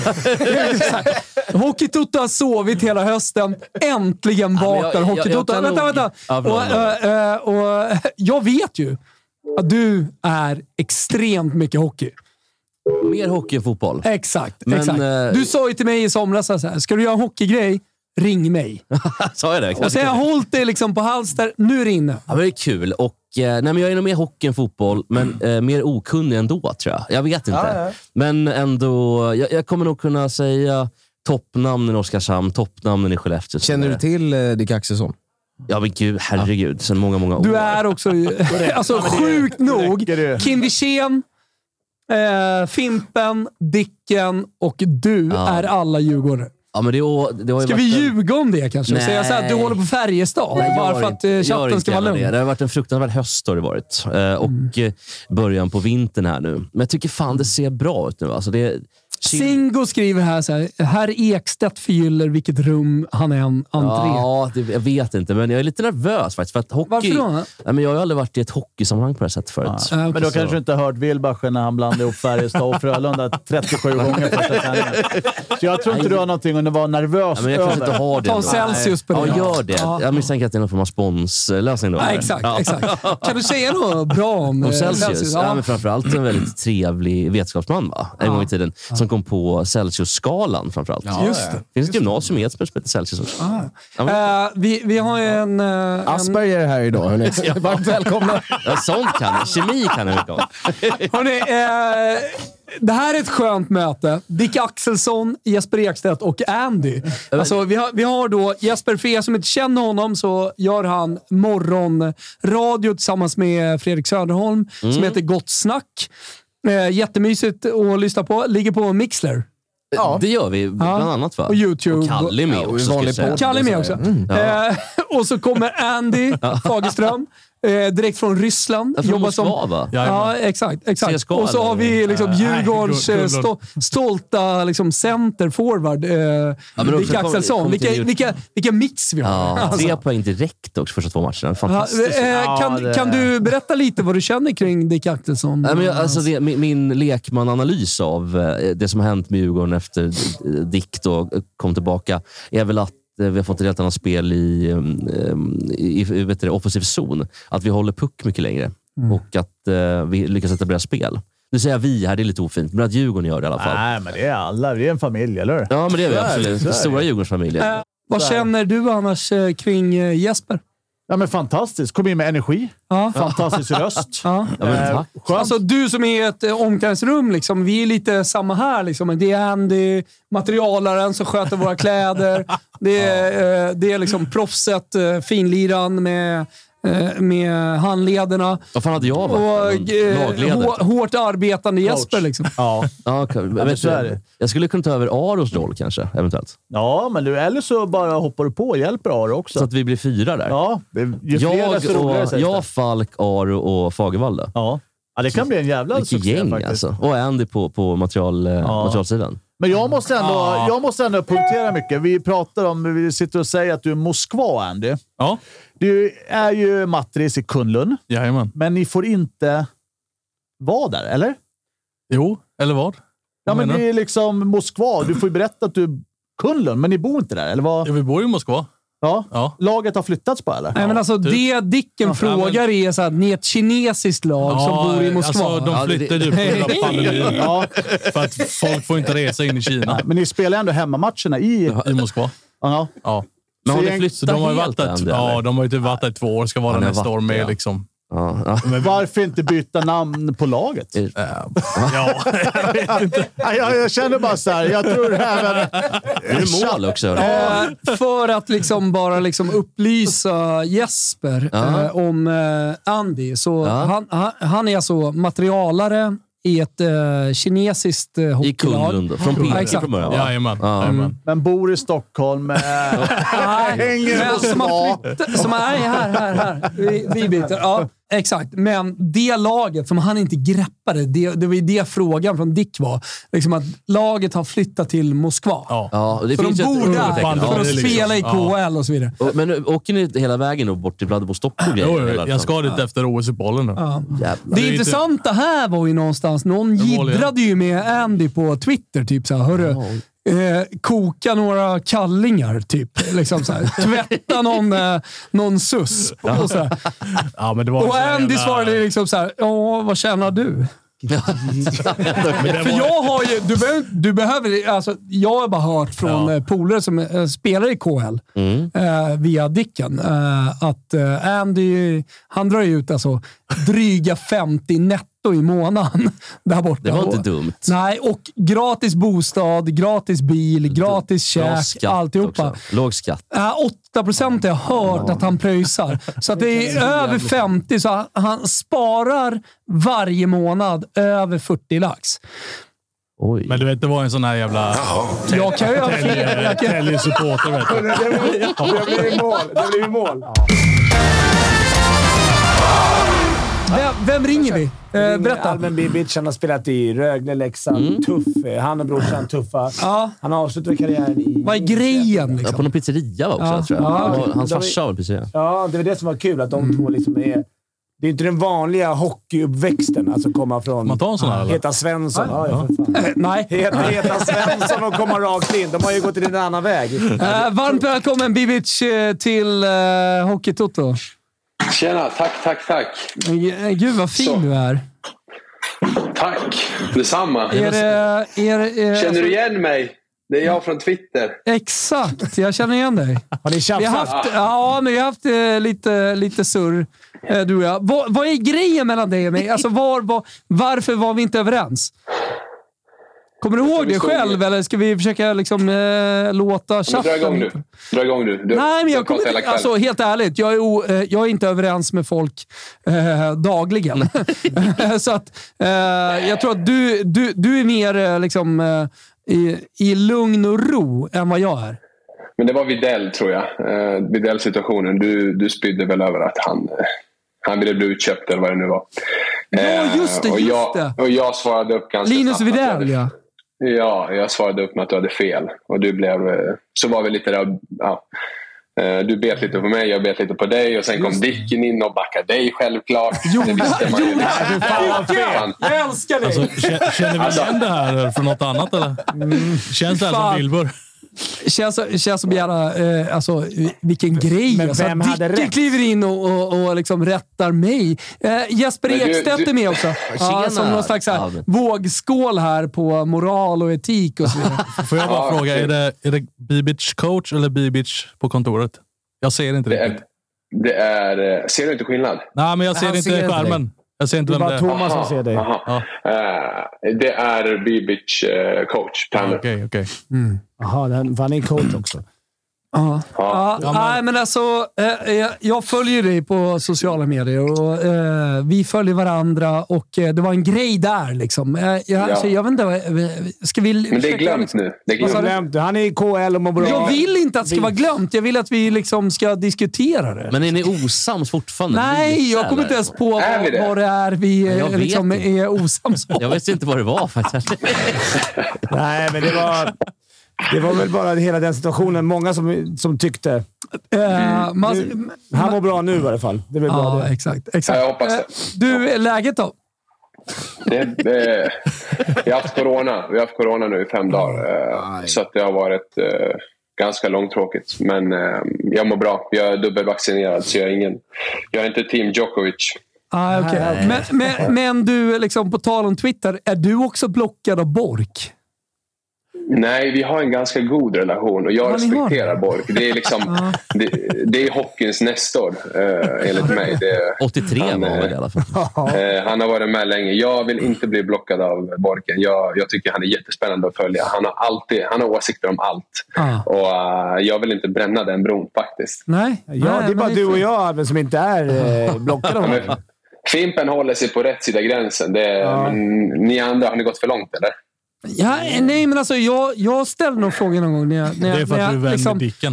S1: Hockeytoto har sovit hela hösten. Äntligen
S7: men jag-
S1: vaknar
S7: jag- jag
S1: Hockeytoto.
S7: kan
S1: Vänta,
S7: nog-
S1: vänta.
S7: Ja,
S1: Och,
S7: förlåt,
S1: eh, eh, och, jag vet ju att du är extremt mycket hockey.
S7: Mer hockey och fotboll.
S1: Exakt.
S7: Men,
S1: exakt.
S7: eh,
S1: Du sa ju till mig i somras så här, ska du göra en hockeygrej, ring mig.
S7: Sa jag det?
S1: Och så har jag hållit dig liksom på halster. Nu är det inne.
S7: Ja, men det är kul. Och, eh, nej, men jag är nog mer hockey än fotboll, men eh, mer okunnig ändå, tror jag. Jag vet inte. Men ändå, jag, jag kommer nog kunna säga toppnamnen i Oskarshamn, toppnamnen i Skellefteå.
S5: Känner du till eh, Dick Axelsson?
S7: Ja, men gud, herregud. Sen många, många år.
S1: Du är också, alltså sjukt nog,
S2: räcker det.
S1: Kim Wirsén, Eh, Fimpen, Dicken och du
S7: Ja.
S1: är alla djurgårdare.
S7: Ja, men det, å- det har ju
S1: Ska
S7: varit
S1: vi
S7: en-
S1: ljuga om det kanske?
S7: Nej.
S1: Säga såhär, du håller på Färjestad
S7: Nej, gör
S1: bara för att
S7: inte-
S1: eh,
S7: gör
S1: chatten
S7: inte
S1: ska vara
S7: gärna
S1: lugn. Mm.
S7: Det. det har varit en fruktansvärd höst har det varit. Eh, och eh, början på vintern här nu. Men jag tycker fan det ser bra ut nu. Alltså det,
S1: Singo skriver här så här, herr Ekstedt förgyller vilket rum han än entré.
S7: Ja, det, jag vet inte, men jag är lite nervös faktiskt. För att hockey,
S1: Varför då? eh,
S7: Nej, men jag har ju aldrig varit i ett hockeysammanhang på det här sättet förut.
S3: Ja.
S1: okej.
S3: Men du har kanske inte hört Wilbacher när han blandade ihop Färjestad och Frölunda 37 gånger första sändningen. Så jag tror inte du har någonting att vara nervös
S7: Nej, men jag kanske
S3: över.
S7: inte har det.
S1: Ta en
S7: ändå.
S1: Celsius på
S7: Ja,
S1: det.
S7: gör det.
S1: Ja.
S7: Jag misstänker att det är någon form av sponslösning. Då,
S1: Ja,
S7: eller?
S1: exakt,
S7: Ja.
S1: exakt. Kan du säga något bra om,
S7: Om
S1: eh,
S7: Celsius. Ja.
S1: Ja.
S7: men framförallt en väldigt trevlig vetenskapsman va? en
S1: Ja.
S7: gång i tiden, som kom på Celsius-skalan framförallt.
S5: Ja,
S1: Just det.
S7: Det finns ett gymnasium i Edsberg som heter Celsius också. Ja, men-
S1: Eh, vi, vi har ju en... eh, en
S5: Asperger är här idag, hörni. Varmt välkomna.
S7: Ja, sånt kan jag. Kemi kan jag mycket om.
S1: hörni, eh, det här är ett skönt möte. Dick Axelsson, Jesper Ekstedt och Andy. Alltså, vi, har, vi har då Jesper, för er som inte känner honom så gör han morgonradio tillsammans med Fredrik Söderholm som heter Gott Snack. Eh, jättemysigt att lyssna på. Ligger på Mixler.
S7: Det gör vi bland annat. Va?
S1: Och YouTube.
S7: Och Kalle är med också. ska jag
S5: vanlig
S7: säga. Mm.
S5: podd.
S1: Kalle är med också. Eh, och så kommer Andy Fagerström, eh, direkt från Ryssland.
S7: Ja, från
S1: Jobbar
S7: Moskva, va?
S1: Ja, exakt. exakt.
S7: CSKA,
S1: och så har vi
S7: eller?
S1: liksom Djurgårdens
S4: Nej,
S1: eh,
S4: Gullund.
S1: sto, stolta liksom, center-forward, eh,
S7: men också
S1: Dick
S7: kom-
S1: Axelsson.
S7: kom till
S1: Vilka,
S7: Djur-
S1: vilka, vilka mix vi har.
S7: Ja,
S1: Alltså.
S7: tre poäng direkt också första två matcherna.
S1: Ja,
S7: Fantastiskt.
S1: eh,
S3: Ja,
S1: kan,
S3: det-
S1: kan du berätta lite vad du känner kring Dick Axelsson?
S7: Nej, men jag, alltså det, min, min lekmananalys av eh, det som har hänt med Djurgården efter eh, Dick då eh, kom tillbaka är väl att eh, vi har fått ett helt annat spel i, eh, i, i vet du, det, offensiv zon. Att vi håller puck mycket längre
S5: Mm.
S7: och att eh, vi lyckas etablera spel. Nu säger jag vi här, det är lite ofint, men att Djurgården gör det i alla fall.
S3: Nej, men det är alla. Vi är en familj, eller hur?
S7: Ja, men det är vi
S3: Så är det,
S7: absolut.
S3: så är det.
S7: Stora Djurgårdsfamiljen.
S1: Eh, vad känner du annars eh, kring eh, Jesper?
S3: Ja, men fantastiskt. Kom in med energi.
S1: Ja.
S3: Fantastisk röst.
S1: Ja.
S7: Ja, men,
S3: Eh,
S7: tack.
S3: skönt.
S1: Alltså du som är ett eh, omklädningsrum, liksom, vi är lite samma här. Liksom. Det är Andy, materialaren som sköter våra kläder. Det är, eh, det är liksom proffset, eh, finliran med, eh, med handlederna.
S7: Vad fan hade jag
S1: Och
S7: varit?
S1: eh,
S7: Lagledare.
S1: hår- hårt arbetande Jesper. Liksom.
S3: ja.
S7: Ja, okej. Men vet
S3: så
S7: du,
S3: är det.
S7: Jag skulle kunna ta över Aros roll kanske, eventuellt.
S3: ja, men du, eller så bara hoppar du på och hjälper Aro också.
S7: Så att vi blir fyra där.
S3: ja, det- ju fler
S7: Jag,
S3: desto roligare
S7: och,
S3: sägs det.
S7: jag, Falk, Aro och Fagervall. då.
S3: Ja. ja, det kan bli en jävla
S7: Vilket
S3: succé
S7: gäng
S3: faktiskt.
S7: alltså. Och Andy på, på material, eh,
S3: Ja.
S7: materialsidan.
S3: Men jag måste, ändå,
S4: Ah.
S3: jag måste ändå punktera mycket. Vi pratar om, vi sitter och säger att du är Moskva, Andy.
S4: Ja,
S3: Du är ju matris i Kunlun,
S4: jajamän.
S3: men ni får inte vara där, eller?
S4: Jo, eller vad?
S3: Ja,
S4: Vad
S3: men
S4: menar
S3: det
S4: du?
S3: är liksom Moskva. Du får ju berätta att du är Kunlun, men ni bor inte där, eller vad?
S4: Ja, vi bor ju i Moskva.
S3: Ja.
S4: Ja.
S3: Laget har flyttats på, eller?
S1: Nej, men alltså,
S4: typ.
S1: det Dicken frågar är så här, ni är ett kinesiskt lag
S4: Ja,
S1: som bor i Moskva.
S4: Alltså,
S7: Ja,
S4: de
S7: det-
S4: flyttade ju på grund av pandemin.
S3: Ja,
S4: För att folk får inte resa in i Kina
S3: men ni spelar ändå hemmamatcherna i...
S4: i Moskva.
S3: Ja.
S4: Ja.
S7: Men har
S3: Så
S7: ni
S3: gäng-
S4: Så
S7: flyttat
S4: de har ju
S7: helt
S4: varit där,
S7: Andy?
S4: ja,
S7: eller?
S4: de har ju typ varit där i två år. Ska vara
S7: Ja, ni
S4: där
S7: har
S4: nästa år
S7: varit
S4: med
S7: där, ja.
S4: liksom.
S7: Ja, ja.
S3: Varför inte byta namn på laget?
S4: Ja,
S3: Ja, jag, jag känner bara så här. Jag tror även...
S7: Det är mål också. hörru.
S1: Eh, för att liksom bara liksom upplysa Jesper
S7: Ja.
S1: eh, om eh, Andy. Så
S7: Ja.
S1: han, han, han är alltså materialare i ett eh, kinesiskt eh,
S7: I
S1: hockeylag.
S7: Kunlund. då. Från Pirke
S1: exakt.
S7: från början, va?
S4: jajamän.
S7: Ja.
S4: jajamän.
S3: Men bor i Stockholm. eh, Hänger i
S1: Men äh, som,
S3: Moskva.
S1: har flyttat, som är här, här, här. Vi, vi byter. Ja, exakt. Men det laget som han inte greppade, det, det var ju det frågan från Dick var. Liksom att laget har flyttat till Moskva.
S4: Ja.
S7: Ja, det
S1: Så de
S7: finns ju ett
S1: bor där
S7: undertecken.
S4: Fan,
S1: för
S7: Ja.
S1: att
S4: det är liksom-
S1: spela i
S4: ja.
S1: KHL och så vidare.
S7: Och- Men nu åker ni hela vägen då bort till Vladivostok och grejer?
S4: Jo, jo,
S7: hela
S4: jag ska dit efter OS i bollen nu.
S1: Ja.
S7: Jävlar.
S1: Det
S4: är ju inte-
S1: intressanta här var ju någonstans, någon
S4: Mål, ja.
S1: jiddrade ju med Andy på Twitter. Typ såhär, hörru, eh, koka några kallingar. Typ. Liksom såhär, tvätta någon, eh, någon susp. Och, såhär.
S4: Ja, men det var
S1: och Andy svarade liksom såhär, ja vad tjänar du? För jag har ju, du, behöver, du behöver, alltså, jag har bara hört från
S4: Ja.
S1: eh, polare som eh, spelar i KHL
S7: Mm.
S1: eh, via Dicken eh, att eh, Andy, han drar ju ut alltså dryga 50 netto netto i månaden där borta.
S7: Det var
S1: Och-
S7: inte dumt.
S1: Nej, och gratis bostad, gratis bil, gratis
S7: Bra
S1: käk,
S7: skatt
S1: alltihopa.
S7: också. Låg skatt.
S1: Äh, 8 procent har jag hört att han pröjsar. Så att det är över 50, så han, han sparar varje månad över 40 lax.
S7: Oj.
S4: Men du vet, det var en sån här jävla...
S1: Jag kan ju överflytta. jag kan-
S4: Ellie-supporter, vet du.
S2: Det blir mål. Det blir mål.
S1: Vem, vem ringer vi? Eh, berätta.
S2: Almen Bibic. Han har spelat i Rögle, Leksand.
S7: Mm.
S2: Tuff. eh, Han och brorsan tuffa.
S1: Ja.
S2: Han avslutade karriären i...
S1: Vad är grejen?
S7: Ja, på
S1: Liksom?
S7: någon pizzeria var också,
S1: Ja. Mm.
S7: tror jag.
S2: Ja,
S7: Han-
S2: okej.
S7: Hans
S2: Då har vi-
S7: farsa var pizzeria.
S2: Ja, det var det som var kul. Att de två liksom är... Det är inte den vanliga hockeyuppväxten. Alltså komma från...
S4: Man tar en sån här, eller?
S2: Heta Svensson. Ja, ja, för fan.
S1: Nej.
S2: Heta, heta Svensson och komma rakt in. De har ju gått in en annan väg.
S1: Eh, varmt välkommen Bibic eh, till uh, Hockeytoto.
S8: Tjena, tack, tack, tack.
S1: Eh, Gud vad fin
S8: Så.
S1: du är.
S8: Tack, detsamma.
S1: är, det, är, det- är
S8: Känner du igen mig? Det är jag från Twitter.
S1: Exakt, jag känner igen dig.
S2: Har ni
S1: Vi har
S2: tjafsat?
S8: Ah.
S1: haft, ja, men vi har haft eh, lite, lite surr, eh, du och jag. Vad, vad är grejen mellan dig och mig? Alltså, var, var, varför var vi inte överens? Kommer du ihåg
S8: vi
S1: det
S8: såg
S1: själv,
S8: det.
S1: eller ska vi försöka liksom, eh, låta
S8: Men dra igång nu.
S1: tjafsen...
S8: Dra igång nu. Du,
S1: Nej, men
S8: du
S1: jag
S8: har pratat
S1: kommer
S8: hela
S1: inte,
S8: kvällen.
S1: alltså, helt ärligt, jag är, o, eh, jag är inte överens med folk eh, dagligen. så att, eh, jag tror att du, du, du är mer eh, liksom, eh, i, i lugn och ro än vad jag är.
S8: Men det var Videll, tror jag. Eh, Videll-situationen. Du, du spydde väl över att han, eh, han ville bli utköpt, eller vad det nu var.
S1: Ja, just det,
S8: Eh, och
S1: just
S8: jag,
S1: det.
S8: Och jag svarade upp ganska
S1: Linus
S8: snabbt att jag
S1: Widell,
S8: hade-
S1: ja.
S8: Ja, jag svarade upp med att du hade fel. Och du blev... eh, Så var vi lite där... Ja. Eh, Du bet lite på mig, jag bet lite på dig. Och sen kom Dicken in och backade dig självklart. Jo, det visste man ju. Fan.
S1: Jag älskar dig!
S4: Alltså, kä- känner vi igen det här från något annat, eller? Känns det här
S1: Fan.
S4: som Wilbur?
S1: känns, känns som jävla... Eh, alltså, vilken grej.
S2: Men
S1: alltså,
S2: vem
S1: att
S2: hade
S1: Dicken
S2: rätt?
S1: kliver in och, och, och liksom rättar mig. Eh, Jesper
S8: Men du-
S1: Ekstedt
S8: du-
S1: är med också. Ja,
S7: Tjena.
S1: som någon slags så här,
S7: Albert.
S1: vågskål här på moral och etik och så vidare.
S4: Får jag
S8: Ja,
S4: bara fråga,
S8: okej.
S4: är det, är det Bibic coach eller Bibic på kontoret? Jag ser inte
S8: Det
S4: riktigt.
S8: är, det är, eh, ser du inte skillnad?
S4: Nej, men jag ser
S7: han
S4: inte
S7: ser inte
S4: skärmen. Jag ser inte
S2: Det är
S4: vem det
S2: bara
S4: är. Okej,
S2: Thomas som ser dig.
S8: aha. Eh, det är Bibic eh, coach, Tanner.
S4: Ah, okej.
S2: Jaha, den- för han är coach också.
S1: Ja.
S8: Ja.
S1: Ja, nej, men alltså, eh, jag, jag följer dig på sociala medier och eh, vi följer varandra och eh, det var en grej där. Liksom. Eh, jag, alltså, jag vet inte, vad- ska vi...
S8: Men det är glömt nu. Det är
S1: Vad sa
S8: glömt.
S1: du?
S2: Glömt. Han är i KL och mår bra.
S1: Jag vill inte att det ska vara glömt. Jag vill att vi liksom ska diskutera det.
S7: Men är ni osams fortfarande?
S1: Nej,
S7: Lite,
S1: jag kommer
S7: eller?
S1: inte ens på
S8: Är vi
S1: vad,
S8: det?
S1: vad det är vi eh,
S7: jag vet
S1: liksom
S7: inte.
S1: är osams om.
S7: Jag visste inte vad det var faktiskt.
S2: Nej, men det var... Det var väl bara hela den situationen. Många som, som tyckte...
S1: Eh, man,
S2: Han mår bra nu i alla fall. Det är väl bra
S1: ja,
S2: det.
S1: exakt. exakt.
S8: Ja, jag hoppas det.
S1: Eh, Du, läget då?
S8: Det, eh, vi har haft corona. Vi har haft corona nu i fem dagar. Eh, så att det har varit eh, ganska långtråkigt. Men eh, jag mår bra. Jag är dubbelvaccinerad, så jag är, ingen, jag är inte team Djokovic.
S1: Ah, okay. men, men, men du, liksom, på tal om Twitter, är du också blockad av Bork?
S8: Nej, vi har en ganska god relation och jag
S1: Ja, ni har
S8: respekterar Borg. Det är, liksom, det, det är hockeyns nästor, eh, enligt mig. Det,
S7: 83
S8: Han,
S7: var
S8: eh,
S7: väl det i alla fall.
S8: Eh, han har varit med länge. Jag vill inte bli blockad av Borken. Jag, jag tycker han är jättespännande att följa. Han har, alltid, han har åsikter om allt.
S1: Ah.
S8: Och eh, Jag vill inte bränna den bron faktiskt.
S1: Nej.
S2: Ja,
S1: Nej,
S2: det är bara
S1: men
S2: du och jag Albin, som inte är eh, blockade av
S8: Men
S2: honom.
S8: Fimpen håller sig på rätt sida gränsen. Det,
S2: Ja.
S8: men, ni andra, har ni gått för långt eller?
S1: Ja, nej, men alltså, jag, jag ställde någon fråga någon gång när jag... När jag
S4: Det är för
S1: när
S4: att
S1: jag,
S4: du är vän
S1: liksom,
S4: med Dicken.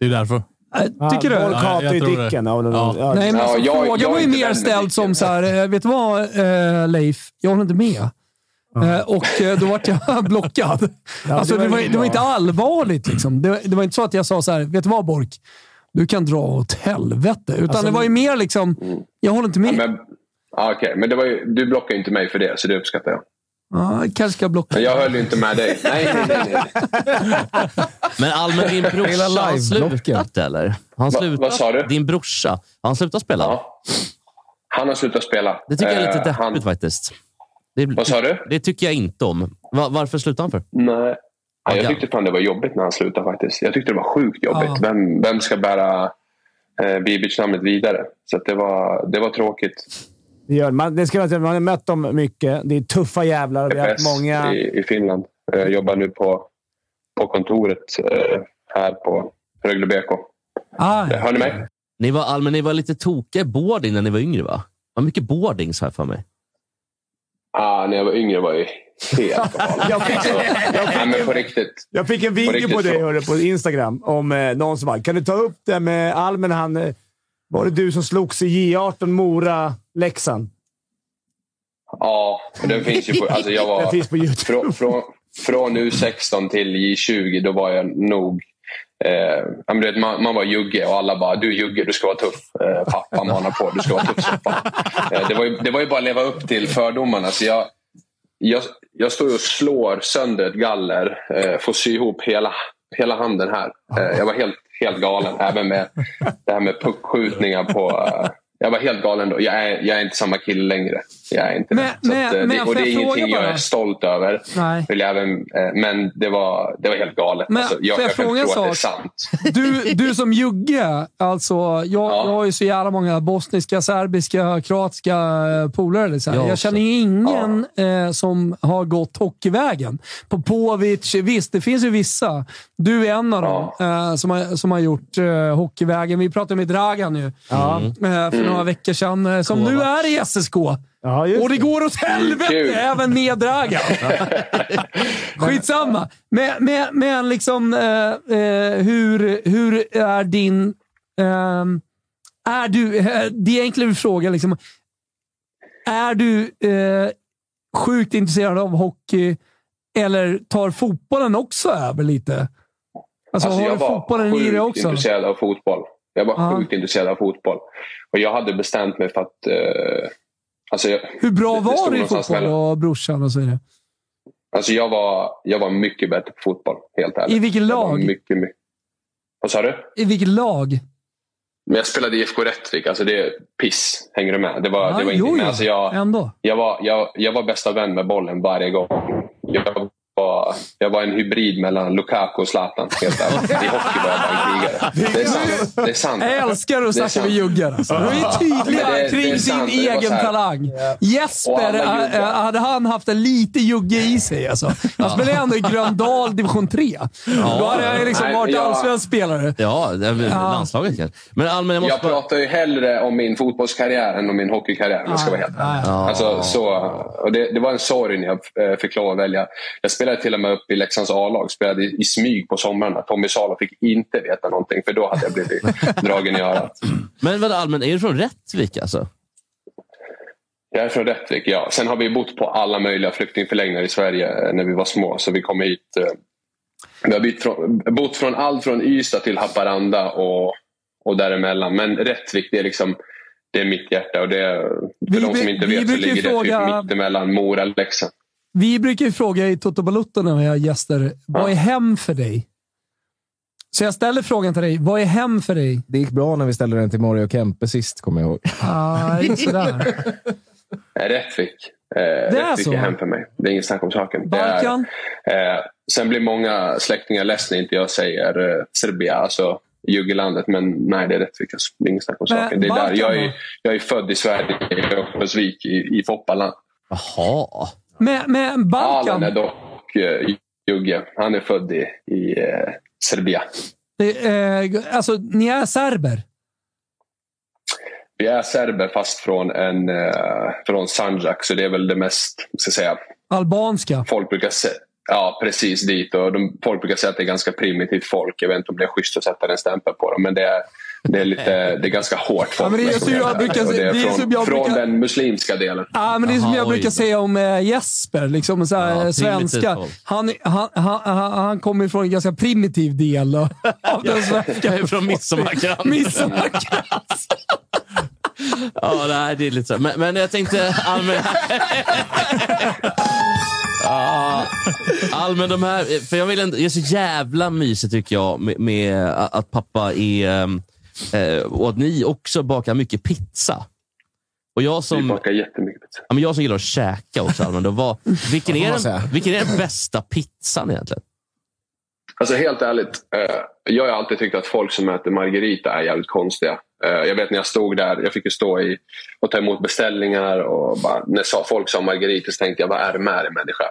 S4: Det är därför. Ah,
S1: eh, Tycker du?
S2: Ja, Folk
S4: Ja, jag
S2: hatar ju
S4: tror det.
S2: Dicken. av någon-
S4: Ja.
S2: ja.
S1: Nej, men
S8: Ja,
S1: alltså,
S8: jag-
S1: frågan
S8: jag är
S1: var ju
S8: inte
S1: mer
S8: den
S1: ställd
S8: musiken.
S1: som så här, eh, vet du vad eh, Leif? Jag håller inte med. Eh, och eh, då vart jag blockad. alltså,
S2: det
S1: det,
S2: var
S1: var,
S2: ju
S1: det var
S2: bra.
S1: inte allvarligt. Liksom. Det, det var inte så att jag sa så här, vet du vad Bork? Du kan dra åt helvete. Utan
S8: Alltså,
S1: det var ju mer liksom, jag håller inte med.
S8: mm. Men, ah, okej. men det var ju, du blockar ju inte mig för det, så det uppskattar jag.
S1: Ja, kanske ska jag blocka.
S8: Men jag höll ju inte med dig. Nej, nej, nej. nej.
S7: Men Almen, din brorsa, har han slutat eller? Har
S8: Va-
S7: Han slutat,
S8: vad sa du?
S7: Din brorsa, har han slutat spela?
S8: Ja. Han har slutat spela.
S7: Det tycker jag är lite
S8: Eh,
S7: deppigt
S8: han-
S7: faktiskt. Det,
S8: Vad sa du?
S7: det tycker jag inte om. Va, varför slutade han för?
S8: Nej. Ja, jag
S7: Okej.
S8: tyckte fan det var jobbigt när han slutade faktiskt. Jag tyckte det var sjukt jobbigt.
S1: Ja.
S8: Vem, vem ska bära eh, Bibic-namnet vidare? Så att det, var, det var tråkigt.
S2: Det, gör, man, det ska man, säga, man har mött dem mycket. Det är tuffa jävlar. Vi har haft
S8: FS
S2: många...
S8: i, i Finland. Eh, Jag jobbar nu på, på kontoret eh, här på Rögle BK.
S1: Ah,
S8: Eh, Hör ni mig?
S7: Ni var, all- men ni var lite tokiga i boarding när ni var yngre, va? Det var mycket boardings här för mig.
S8: Ah, när jag var yngre var jag ju helt galen.
S2: Jag fick,
S8: Alltså, Nej, men på riktigt.
S2: jag fick en video
S8: riktigt
S2: på dig
S8: så.
S2: hörru, på Instagram om eh, någon som bara, kan du ta upp det med Almen? Han, eh, var det du som slogs i J18 Mora, Leksand?
S8: Ja, men den finns ju på... Alltså jag
S2: Den
S8: var,
S2: finns på YouTube.
S8: från, från, från U16 till J20, då var jag nog... Eh, ja, men du vet, man, man var jugge och alla bara “du är jugge, du ska vara tuff”. Eh, pappa manar på, du ska vara tuff som fan. Eh, det, var ju, det var ju bara att leva upp till fördomarna. Så jag, jag, jag står ju och slår sönder ett galler, eh, får sy ihop hela, hela handen här. Eh, jag var helt, helt galen, även med det här med puckskjutningar på... Eh, jag var helt galen då. Jag är, jag är inte samma kille längre. Jag är inte
S1: Men-
S8: det. Så
S1: men-
S8: att, eh,
S1: men
S8: det. Och
S1: får
S8: det
S1: jag
S8: är ingenting
S1: fråga
S8: jag
S1: bara?
S8: är stolt över.
S1: Nej.
S8: Vill jag även, eh, men det var, det var helt galet.
S1: Men
S8: alltså, jag,
S1: får jag
S8: jag, kan
S1: fråga
S8: inte
S1: en
S8: tro att det är
S1: sak?
S8: sant.
S1: Du, du som jugge, alltså, jag, jag har ju så jävla många bosniska, serbiska, kroatiska eh, polare. Liksom.
S7: Jag
S1: Jag,
S7: också.
S1: känner ju ingen eh, som har gått hockeyvägen. Popovic, visst, det finns ju vissa. Du är en av dem eh, som, har, som har gjort eh, hockeyvägen. Vi pratade med Dragan ju eh, för några veckor sedan, eh, som nu är i SSK.
S2: Ja, just
S1: Och det
S2: det.
S1: går åt helvete,
S8: Kul.
S1: även med Dragan. Skitsamma. Men, men, men liksom, eh, eh, hur, hur är din... ehm, är du, eh, det är enklare fråga. Liksom, är du eh, sjukt intresserad av hockey eller tar fotbollen också över lite? Alltså, har du fotbollen i dig också?
S8: intresserad av fotboll. Jag var
S1: Ja.
S8: sjukt intresserad av fotboll. Och jag hade bestämt mig för att... Eh, alltså jag,
S1: Hur bra
S8: Det- det
S1: var
S8: stod
S1: du i
S8: någonstans
S1: fotboll
S8: mellan.
S1: och brorsan och så vidare?
S8: alltså jag, var, jag var mycket bättre på fotboll, helt ärligt.
S1: I vilket
S8: Jag var
S1: lag?
S8: Mycket, mycket. Vad sa du?
S1: I vilket lag?
S8: Men jag spelade i IFK Rättvik. Alltså det är piss. Hänger du med? Det var,
S1: Ja,
S8: det var inte
S1: jo,
S8: med.
S1: jo.
S8: Alltså jag,
S1: Ändå.
S8: jag, var, jag, jag var bästa vän med bollen varje gång. Jag var, jag var en hybrid mellan Lukaku och Zlatan. Helt ärligt. I hockey var jag bara en krigare. Det är sant. Det är sant.
S1: Jag älskar att
S8: Det är
S1: snacka med
S8: sant.
S1: juggar. Alltså. Du är
S8: Men det-
S1: tydliga
S8: det är
S1: kring sin
S8: sant. Det var
S1: egen
S8: så här-
S1: talang.
S8: Och
S1: Jesper,
S8: alla
S1: eh,
S8: juggar.
S1: hade han haft en lite jugge i sig alltså. Han spelade ändå i Gröndal division 3. Då hade jag liksom
S8: Nej,
S1: varit
S8: jag-
S1: allsvensk spelare.
S7: Ja, det är väl landslaget kanske. Men allmän, jag måste
S8: Jag
S7: bara...
S8: pratar ju hellre om min fotbollskarriär än om min hockeykarriär om jag ska vara helt ärlig. Alltså, så, och det, det var en sorg när jag eh, fick lov att välja. Jag spelade till och med upp i Leksands A-lag. Spelade i, i smyg på somrarna. Tommy Salo fick inte veta någonting för då hade jag blivit dragen i örat.
S7: Men vadå, allmän, är du från Rättvik alltså?
S8: Jag är från Rättvik, ja. Sen har vi bott på alla möjliga flyktingförläggningar i Sverige eh, när vi var små. Så vi kom hit. eh, Vi har bytt från, bott från allt från Ystad till Haparanda och, och däremellan. Men Rättvik, det är liksom det är mitt hjärta. Och det är,
S1: Vi
S8: för de som
S1: bru-
S8: inte
S1: vi
S8: vet så
S1: brukar ju
S8: ligger
S1: fråga-
S8: Rättvik mittemellan Mora och Leksand.
S1: Vi brukar ju fråga i Toto Balotto när vi har gäster, vad är hem för dig? Så jag ställer frågan till dig, vad är hem för dig?
S5: Det gick bra när vi ställde den till Mario Kempe sist, kommer jag ihåg.
S1: Ah, inte sådär.
S8: Nej, Rättvik. Eh,
S1: är
S8: Rättvik
S1: så.
S8: är hem för mig. Det är inget snack om saken. Det är-
S1: Balkan?
S8: Eh, sen blir många släktingar ledsna när inte jag säger eh, Serbia, alltså juggelandet. Men nej, det är rätt vilka det är ingen snack om
S1: Men
S8: saken. Det är där.
S1: Balkan
S8: Jag,
S1: då?
S8: är, jag är född i Sverige, i Örnsköldsvik, i, i Foppaland.
S7: Jaha.
S1: Men, men
S8: Alan är
S1: Balkan,
S8: dock eh, jugge. Han är född i, i eh, Serbia.
S1: det, eh, alltså ni är serber?
S8: Vi är serber fast från, en, eh, från Sandjak, så det är väl det mest, ska jag säga,
S1: Albanska?
S8: folk brukar se, ja, precis dit. Och de, folk brukar säga att det är ganska primitivt folk. Jag vet inte om det är schysst att sätta den stämpeln på dem, men det är, det är, lite, det är ganska hårt folk.
S1: Ja, men det är
S8: med
S1: som jag
S8: sådana
S1: brukar-
S8: där. Och det är
S1: det är
S8: från,
S1: som jag
S8: från
S1: brukar-
S8: den muslimska delen.
S1: Ja, men det är som
S7: Jaha,
S1: jag
S7: oj
S1: brukar
S7: då.
S1: säga om eh, Jesper, liksom, så här,
S7: Ja,
S1: eh, svenska.
S7: primitivt folk.
S1: Han, han, han, han, han kommer från en ganska primitiv del av av den
S7: Jag
S1: svenska
S7: är från Midsommarkransen.
S1: midsommarkransen.
S7: Ja, nej, det är lite så. Men, men jag tänkte allmän... Ja, allmän de här... För jag vill ändå, det är så jävla mysigt tycker jag med, med att pappa är... ehm, Eh, och att ni också bakar mycket pizza. Och jag
S8: Vi
S7: som,
S8: bakar jättemycket pizza.
S7: ja, men jag som gillar att käka också, allmän, då var, vilken,
S5: Vad får
S7: är
S5: man
S7: den,
S5: säga?
S7: vilken är den bästa pizzan egentligen?
S8: Alltså helt ärligt, eh, jag har alltid tyckt att folk som äter margarita är jävligt konstiga. Eh, Jag vet när jag stod där, jag fick ju stå i och ta emot beställningar och bara, när sa- folk sa Margarita så tänkte jag, vad är det med dig människa?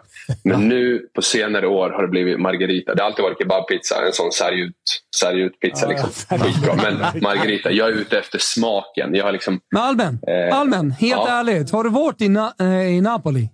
S8: Men nu på senare år har det blivit Margarita. Det har alltid varit kebabpizza, en sån sargut, sargut pizza. Liksom. Skitbra. Men Margarita, jag är ute efter smaken. Jag har liksom,
S1: Men Almen,
S8: Eh,
S1: Almen helt
S8: ja.
S1: ärligt. Har du varit i, Na eh, i Napoli?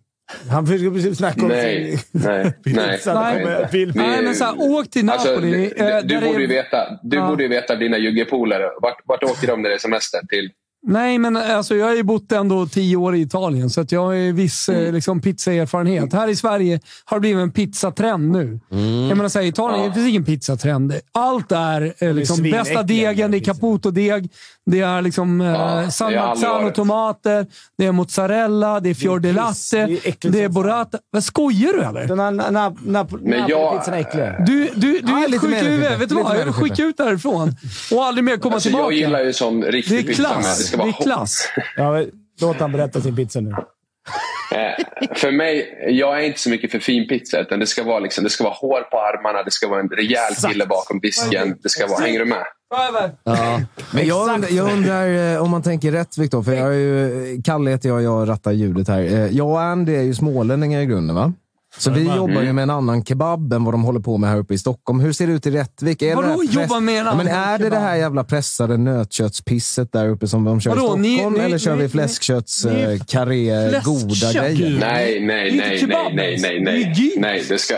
S2: Han försöker precis snacka om
S8: nej,
S2: sin...
S8: nej, nej.
S2: Pizza.
S1: Nej.
S2: Vill-
S8: Vi-
S1: Nej, men så här, åk till
S8: Alltså,
S1: Napoli.
S8: du,
S1: eh,
S8: du,
S1: där
S8: du, borde
S1: är-
S8: ju veta, du
S1: Ja.
S8: borde ju veta dina juggepolare. Vart, vart åker de när det är semester? Till
S1: Nej, men alltså, jag har ju bott ändå tio år i Italien, så att jag har ju viss
S2: Mm.
S1: eh, liksom, pizzaerfarenhet. Här i Sverige har det blivit en pizzatrend nu.
S8: Mm.
S1: Jag menar, så här, I Italien det finns ingen pizzatrend. Allt är eh, liksom,
S2: svinäckliga liksom.
S1: bästa degen, det är
S2: pizzor.
S1: capotodeg, det är liksom,
S8: Ja,
S1: eh,
S8: det har aldrig
S1: San
S8: varit.
S1: tomater det är mozzarella, det är fior di
S2: piss, det
S1: latte,
S2: är
S1: det
S2: äckligt
S1: är,
S2: som fan.
S1: burrata. Vad skojar du eller?
S2: Den här na, na, na,
S8: Men jag-
S2: Napolipizzan är äcklig.
S1: Du, du, du
S5: Ja,
S1: är
S5: lite
S1: sjuk i
S5: mer än
S1: huvudet.
S5: Fimpen.
S1: Vet
S5: Lite
S1: du vad?
S5: mer
S1: Jag
S5: än
S1: vill skicka ut därifrån och aldrig mer komma
S8: Alltså, jag
S1: tillbaka.
S8: gillar ju sån
S1: det är
S8: riktig pizza. med. Det ska
S1: klass. Det
S8: vara
S1: är
S8: hot.
S1: klass.
S2: Ja, men låt han berätta sin pizza nu.
S8: Eh, För mig, jag är inte så mycket för fin pizza. Utan det, ska vara liksom, det ska vara hår på armarna, det ska vara en rejäl kille bakom disken. Det ska vara, hänger du med?
S5: Men jag, und- jag undrar eh, om man tänker rätt, Viktor. För jag är ju, Kalle heter jag, jag rattar ljudet här. Eh, Jag och Andy är ju smålänningar i grunden, va? Så vi jobbar
S1: Mm.
S5: ju med en annan kebab än vad de håller på med här uppe i Stockholm. Hur ser det ut i Rättvik? Är
S1: Vadå
S5: det här
S1: jobbar med en
S5: ja, men
S1: annan
S5: Är det det här
S1: kebab?
S5: jävla pressade nötköttspisset där uppe som de kör
S1: Vadå,
S5: i
S1: ni-
S5: Stockholm?
S1: ni-
S5: eller kör
S1: ni-
S5: vi
S1: ni-
S5: fläskkötts,
S1: ni-
S5: eh, karré, goda
S1: Fläskkött?
S5: grejer?
S8: Nej, nej,
S1: Det är
S8: nej,
S1: inte
S8: nej,
S1: kebab
S8: nej,
S1: ens.
S8: nej,
S1: Det är gyros.
S8: nej. nej det, ska,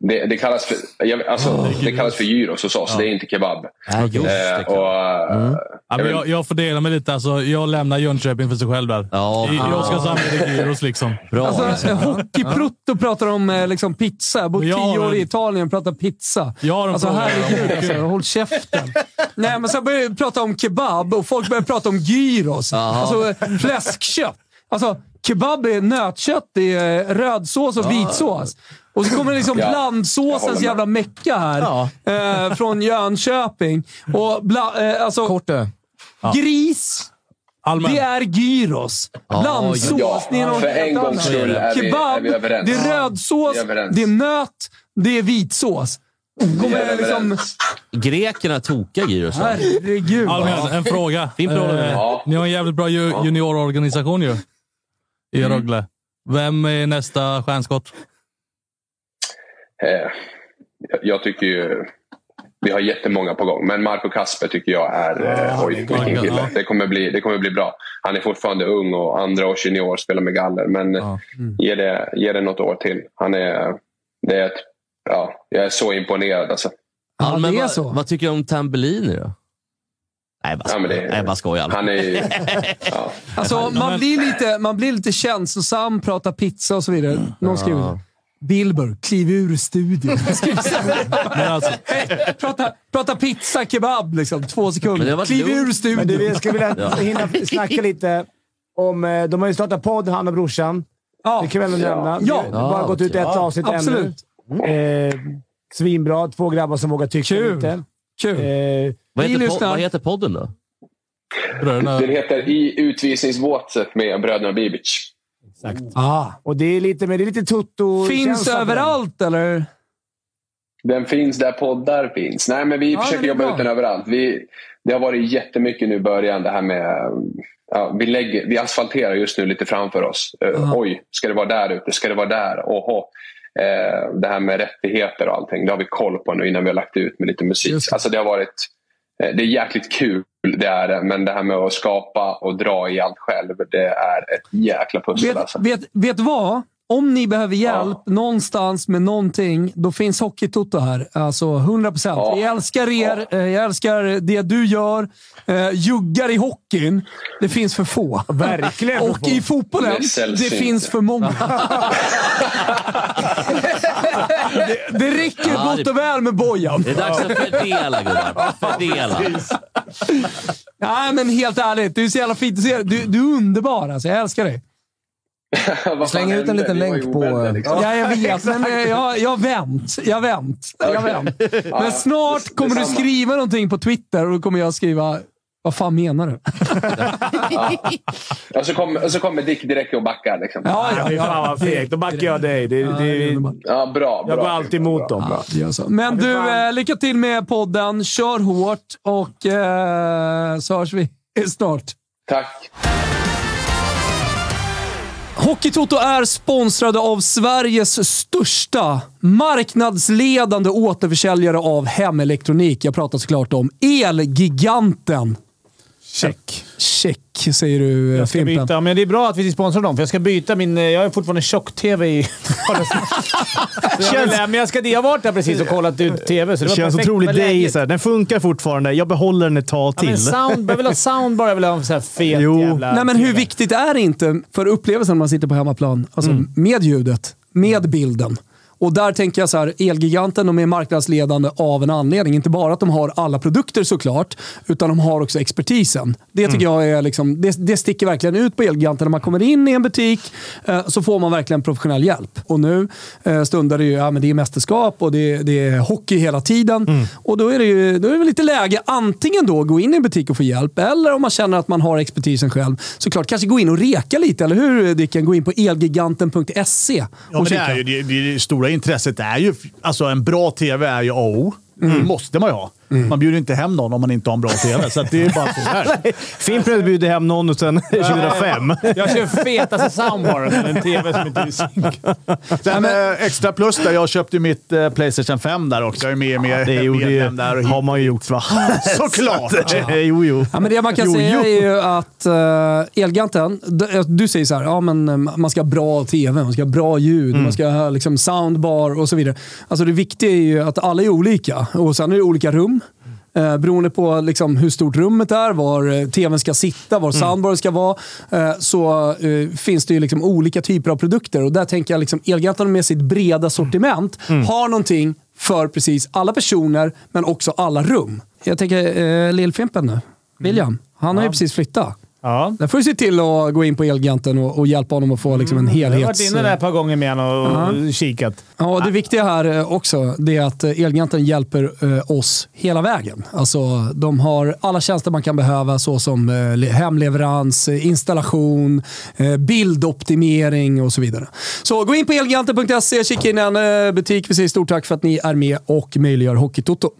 S8: det, det kallas för, jag, alltså, det kallas för gyros hos oss. Det är inte kebab.
S7: Ja, just det.
S8: Eh, och, eh,
S4: Ja, men jag, jag får dela mig lite. Alltså, jag lämnar Jönköping för sig själv där.
S7: Ja,
S4: I, i Oskarshamn är det gyros liksom.
S7: Bra.
S1: Alltså, eh, Hockeyprutto pratar om eh, liksom pizza. Jag har bott
S4: Jag har
S1: tio år i
S4: en-
S1: Italien och pratar pizza.
S4: Jag har en
S1: Alltså
S4: fråga.
S1: herregud,
S4: Okej.
S1: alltså, håll käften. Nej, men sen börjar vi prata om kebab och folk börjar prata om gyros. Alltså eh, fläskkött. Alltså, kebab är nötkött, det är eh, rödsås och vitsås. Och så kommer liksom
S8: Ja, jag håller
S1: blandsåsens
S8: med.
S1: jävla mecka här eh, från Jönköping. Och bla, eh, alltså,
S5: Kortö.
S1: gris,
S4: Allmän.
S1: det är gyros. Blandsås.
S8: Ja,
S1: det är något
S8: för
S1: helt
S8: en gångs
S1: annat.
S8: skull är vi, är
S1: Kebab,
S8: vi överens.
S1: det är rödsås,
S8: Vi är överens.
S1: det är nöt, det är vitsås.
S8: Vi
S1: Kommer
S8: är
S1: liksom...
S8: överens.
S7: Grekerna tokar gyros.
S1: Herregud.
S4: Allmän, en fråga. Eh,
S7: Fin fråga.
S8: Ja. Mm.
S4: Ni har en jävligt bra ju, juniororganisation ju. I Rögle. Vem är nästa stjärnskott?
S8: Eh, jag- jag tycker ju... Vi har jättemånga på gång, men Marco Kasper tycker jag är... Eh, oj, vilken
S4: Marco,
S8: kille.
S4: ja.
S8: Det, kommer bli, det kommer bli bra. Han är fortfarande ung och andra års junior, spelar med galler. Men eh, ge, det, ge det något år till. Han är... Det är ett, ja, jag är så imponerad. Alltså.
S1: Ja,
S7: Allmän,
S1: det är
S7: vad-
S1: så.
S7: Vad tycker du om Tambellini då? Nej, bara
S8: Ja, men
S7: skojar.
S8: det-
S7: Nej, bara skojar.
S8: Han är ju... Ja.
S1: Alltså, man, blir lite, man blir lite känslosam, pratar pizza och så vidare. Någon skriver Wilbur, kliv ur studion. Skriv så här.
S4: Men alltså,
S1: prata, prata pizza, kebab, liksom. två
S7: Men det har
S1: sekunder.
S7: varit
S1: Kliv
S7: lugnt.
S1: ur
S2: Men
S1: studion.
S2: du, jag skulle vilja
S7: Ja.
S2: hinna snacka lite om... eh, De har ju startat podd, han och brorsan.
S1: Ja.
S2: Det kan vi ändå nämna. Det
S1: Ja.
S2: har bara
S7: Ja,
S2: gått ut
S7: okej.
S2: ett avsnitt
S1: Absolut.
S2: ännu. Eh, svinbra. Två grabbar som vågar tycka
S1: Kul.
S2: lite.
S1: Kul.
S2: Eh,
S7: vad,
S1: vi
S7: heter po-
S1: lyssnar.
S7: vad heter podden då?
S4: bröderna.
S8: Den heter I utvisningsbåset med bröderna Bibic.
S1: Ah.
S2: och det är lite, men det är lite tutto
S1: Finns överallt, eller?
S8: Den finns där poddar finns. Nej, men vi
S1: Ja,
S8: försöker
S1: men det är
S8: jobba
S1: bra.
S8: ut den överallt. Vi, det har varit jättemycket nu i början det här med... Ja, vi, lägger, vi asfalterar just nu lite framför oss. Eh,
S1: Ja.
S8: Oj, ska det vara där ute? Ska det vara där? Oho. Eh, det här med rättigheter och allting, det har vi koll på nu innan vi har lagt ut med lite musik.
S1: Just det.
S8: Alltså det har varit... eh, Det är jäkligt kul, det är det. Men det här med att skapa och dra i allt själv, det är ett jäkla pussel.
S1: Vet,
S8: alltså.
S1: vet, vet vad? Om ni behöver hjälp
S8: Ja.
S1: någonstans med någonting, då finns Hockeytoto här. Alltså 100 procent.
S8: Ja.
S1: Jag älskar er. eh, Jag älskar det du gör. Eh, juggar i hockeyn. Det finns för få.
S2: Verkligen.
S1: Och i fotbollen,
S8: Det är
S1: det
S8: sällsynt.
S1: finns för många. det, det räcker
S7: Ja,
S1: gott
S7: det-
S1: och väl med Bojan.
S7: Det är dags att fördela, gubbar. Fördela.
S1: Nej, men helt ärligt. Du är så jävla fint att se dig. Du, du är underbar alltså. Jag älskar dig.
S8: Vad fan
S5: Släng ut en
S8: hände?
S5: liten
S8: Vi var ju
S5: länk på- eh,
S8: ovänner, liksom.
S1: Ja, jag vet, men eh, jag, jag har vänt. Jag har vänt. Jag har vänt. Men snart
S8: det-
S1: kommer du
S8: detsamma.
S1: skriva någonting på Twitter och då kommer jag skriva Vad fan menar du?
S8: Och så kommer och så kommer Dick direkt och backar. Liksom. Ja.
S1: Ja, ja, ja.
S2: Fan vad fegt. Då backar jag dig. Det,
S1: Ja, det är
S2: det,
S1: underbart.
S8: bra, bra.
S2: jag går
S8: Bra.
S2: alltid emot dem.
S1: Ja, det gör så. Men du, eh, lycka till med podden. Kör hårt och eh, så hörs vi snart.
S8: Tack.
S1: Hockeytoto är sponsrade av Sveriges största marknadsledande återförsäljare av hemelektronik. Jag pratar såklart om Elgiganten.
S2: Check.
S1: Check, säger du eh,
S2: Jag ska
S1: Fimpen.
S2: byta, men det är bra att vi sponsrar dem, för jag ska byta min... eh, Jag har fortfarande tjock-tv i vardagsrummet. jag, vill- men jag, ska, jag har varit där precis och kollat ut tv,
S9: Alltså,
S2: så det
S9: Det
S2: var
S9: känns
S2: perfekt
S9: otroligt
S2: med
S9: dig.
S2: läget.
S9: Så här. Den funkar fortfarande. Jag behåller den ett tag
S2: Ja,
S9: till.
S2: men sound, jag vill ha sound bara. Jag vill ha en sån här fet
S9: Jo.
S2: jävla...
S1: Nej, men hur
S2: TV.
S1: viktigt är det inte för upplevelsen när man sitter på hemmaplan? Alltså med ljudet, med bilden. Och där tänker jag så här, Elgiganten de är marknadsledande av en anledning. Inte bara att de har alla produkter såklart, utan de har också expertisen. Det tycker
S9: Mm.
S1: jag är liksom, det, det sticker verkligen ut på Elgiganten. När man kommer in i en butik eh, så får man verkligen professionell hjälp. Och nu eh, stundar det ju, ja men det är mästerskap och det, det är hockey hela tiden.
S9: Mm.
S1: Och då är, det ju, då är det väl lite läge antingen då gå in i en butik och få hjälp, eller om man känner att man har expertisen själv, såklart kanske gå in och reka lite, eller hur Dicken? Gå in på elgiganten.se
S9: Ja,
S1: E
S9: men
S1: och
S9: det, är ju, det, det, det stora intresset är ju... Alltså en bra tv är ju A och O. Det måste man ju ha. Man bjuder inte hem någon om man inte har en bra tv, så att det är ju bara så här. Fimpen bjöd hem någon sedan 2005.
S2: Jag kör fetaste soundbaren, men en tv som inte är i synk.
S3: Sen eh, extra plus där. Jag köpte ju mitt eh, Playstation 5 där också. Jag är med, med,
S9: Det gjorde ju,
S3: medlem där. Och
S9: har man ju gjort va?
S3: Såklart!
S9: Eh, jo, jo.
S1: Ja, men det man kan
S9: Jo,
S1: säga
S9: jo.
S1: är ju att uh, Elganten, d- du säger så här, ja, men eh, man ska ha bra tv, man ska ha bra ljud,
S2: Mm.
S1: man ska ha liksom, soundbar och så vidare. Alltså det viktiga är ju att alla är olika och sen är det olika rum. Eh, beroende på liksom, hur stort rummet är, var eh, tvn ska sitta, var
S2: Mm.
S1: soundbaren ska vara, eh, så eh, finns det ju liksom olika typer av produkter. Och där tänker jag liksom, Elganten med sitt breda sortiment
S9: Mm.
S1: har någonting för precis alla personer, men också alla rum. Jag tänker eh, Lillfimpen nu. William, han har ju precis flyttat.
S2: Mm. Ja.
S1: Där får du se till att gå in på Elgiganten och, och hjälpa honom att få liksom, en
S2: Mm. Jag har
S1: helhet.
S2: varit inne där ett par gånger med honom och kikat.
S1: Ja, och det viktiga här eh, också det är att eh, Elgiganten hjälper eh, oss hela vägen. Alltså, de har alla tjänster man kan behöva såsom eh, le- hemleverans, eh, installation, eh, bildoptimering och så vidare. Så gå in på elgiganten.se, kika in en eh, butik. Vi säger stort tack för att ni är med och möjliggör Hockeytoto.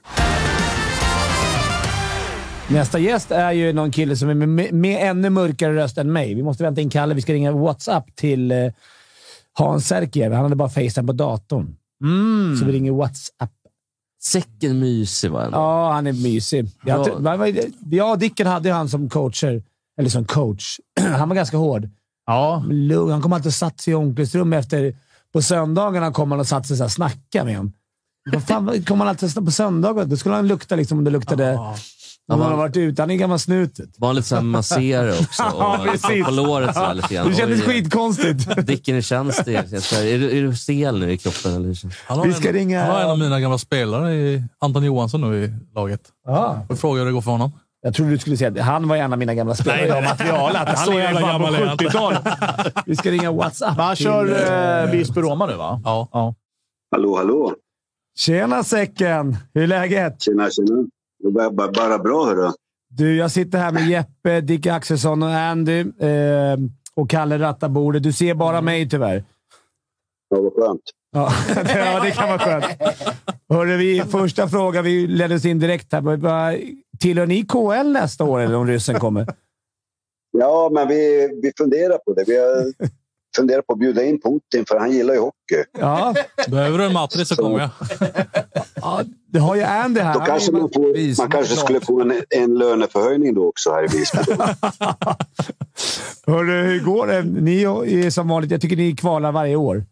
S2: Nästa gäst är ju någon kille som är med, med, med ännu mörkare röst än mig. Vi måste vänta in Kalle. Vi ska ringa WhatsApp till eh, Hans Särkijärvi. Han hade bara Facetime på datorn. Så vi ringer WhatsApp.
S7: Säcken mysig var den.
S2: Ja, han är mysig. Jag,
S7: Ja.
S2: tr- vad var det- jag och Dicken hade ju han som coacher. Eller som coach. Han var ganska hård.
S3: Ja.
S2: Lugn. Han kom alltid och satt sig i omklädningsrum efter... På söndagarna kom han och satt sig och snackade med honom. Vad fan, vad- kom han alltid på söndagar? Då skulle han lukta liksom om det luktade... Om han har varit ute. Han är gammal snutet.
S7: Var lite såhär masserare också. Och
S2: Ja, precis.
S7: På låret sådär lite grann.
S2: Det kändes
S7: Oj, eh,
S2: skitkonstigt.
S7: Dicken, hur känns det? Jag säger, Är du, är du stel nu i kroppen? Eller? hur känns det?
S4: Han har,
S2: Vi ska
S4: en,
S2: ringa-
S4: han har en av mina gamla spelare, i, Anton Johansson, nu i laget.
S2: Ja.
S4: Och frågar hur det går för honom.
S2: Jag trodde du skulle säga att han var en av mina gamla spelare. Nej, materialet. Han
S3: är jävla gammal är han.
S2: talet Vi ska ringa WhatsApp.
S3: Man
S2: till-
S3: kör eh, Visby-Roma nu va?
S4: Ja.
S10: Hallå, hallå!
S2: Tjena Säcken! Hur är läget?
S10: Tjena, tjena! Det var bara, bara bra, hörru.
S2: Du, jag sitter här med Jeppe, Dick Axelsson och Andy eh, och Kalle Rattabordet. Du ser bara mig tyvärr.
S10: Ja, vad skönt.
S2: Ja, ja det kan vara skönt. Hörru, vi, första fråga. Vi leddes in direkt här. men vad- Tillhör ni KL nästa år eller om ryssen kommer?
S10: Ja, men vi, vi funderar på det. Vi har funderat på att bjuda in Putin, för han gillar ju hockey.
S2: Ja,
S4: Behöver du en matris så kommer jag.
S2: ja det har ju Andy här.
S10: Då
S2: Han är
S10: kanske
S2: ju-
S10: man, får, man kanske skulle få en, en löneförhöjning då också här i Visby.
S2: Hörru, hur går det? Ni är som vanligt. Jag tycker ni kvalar varje år.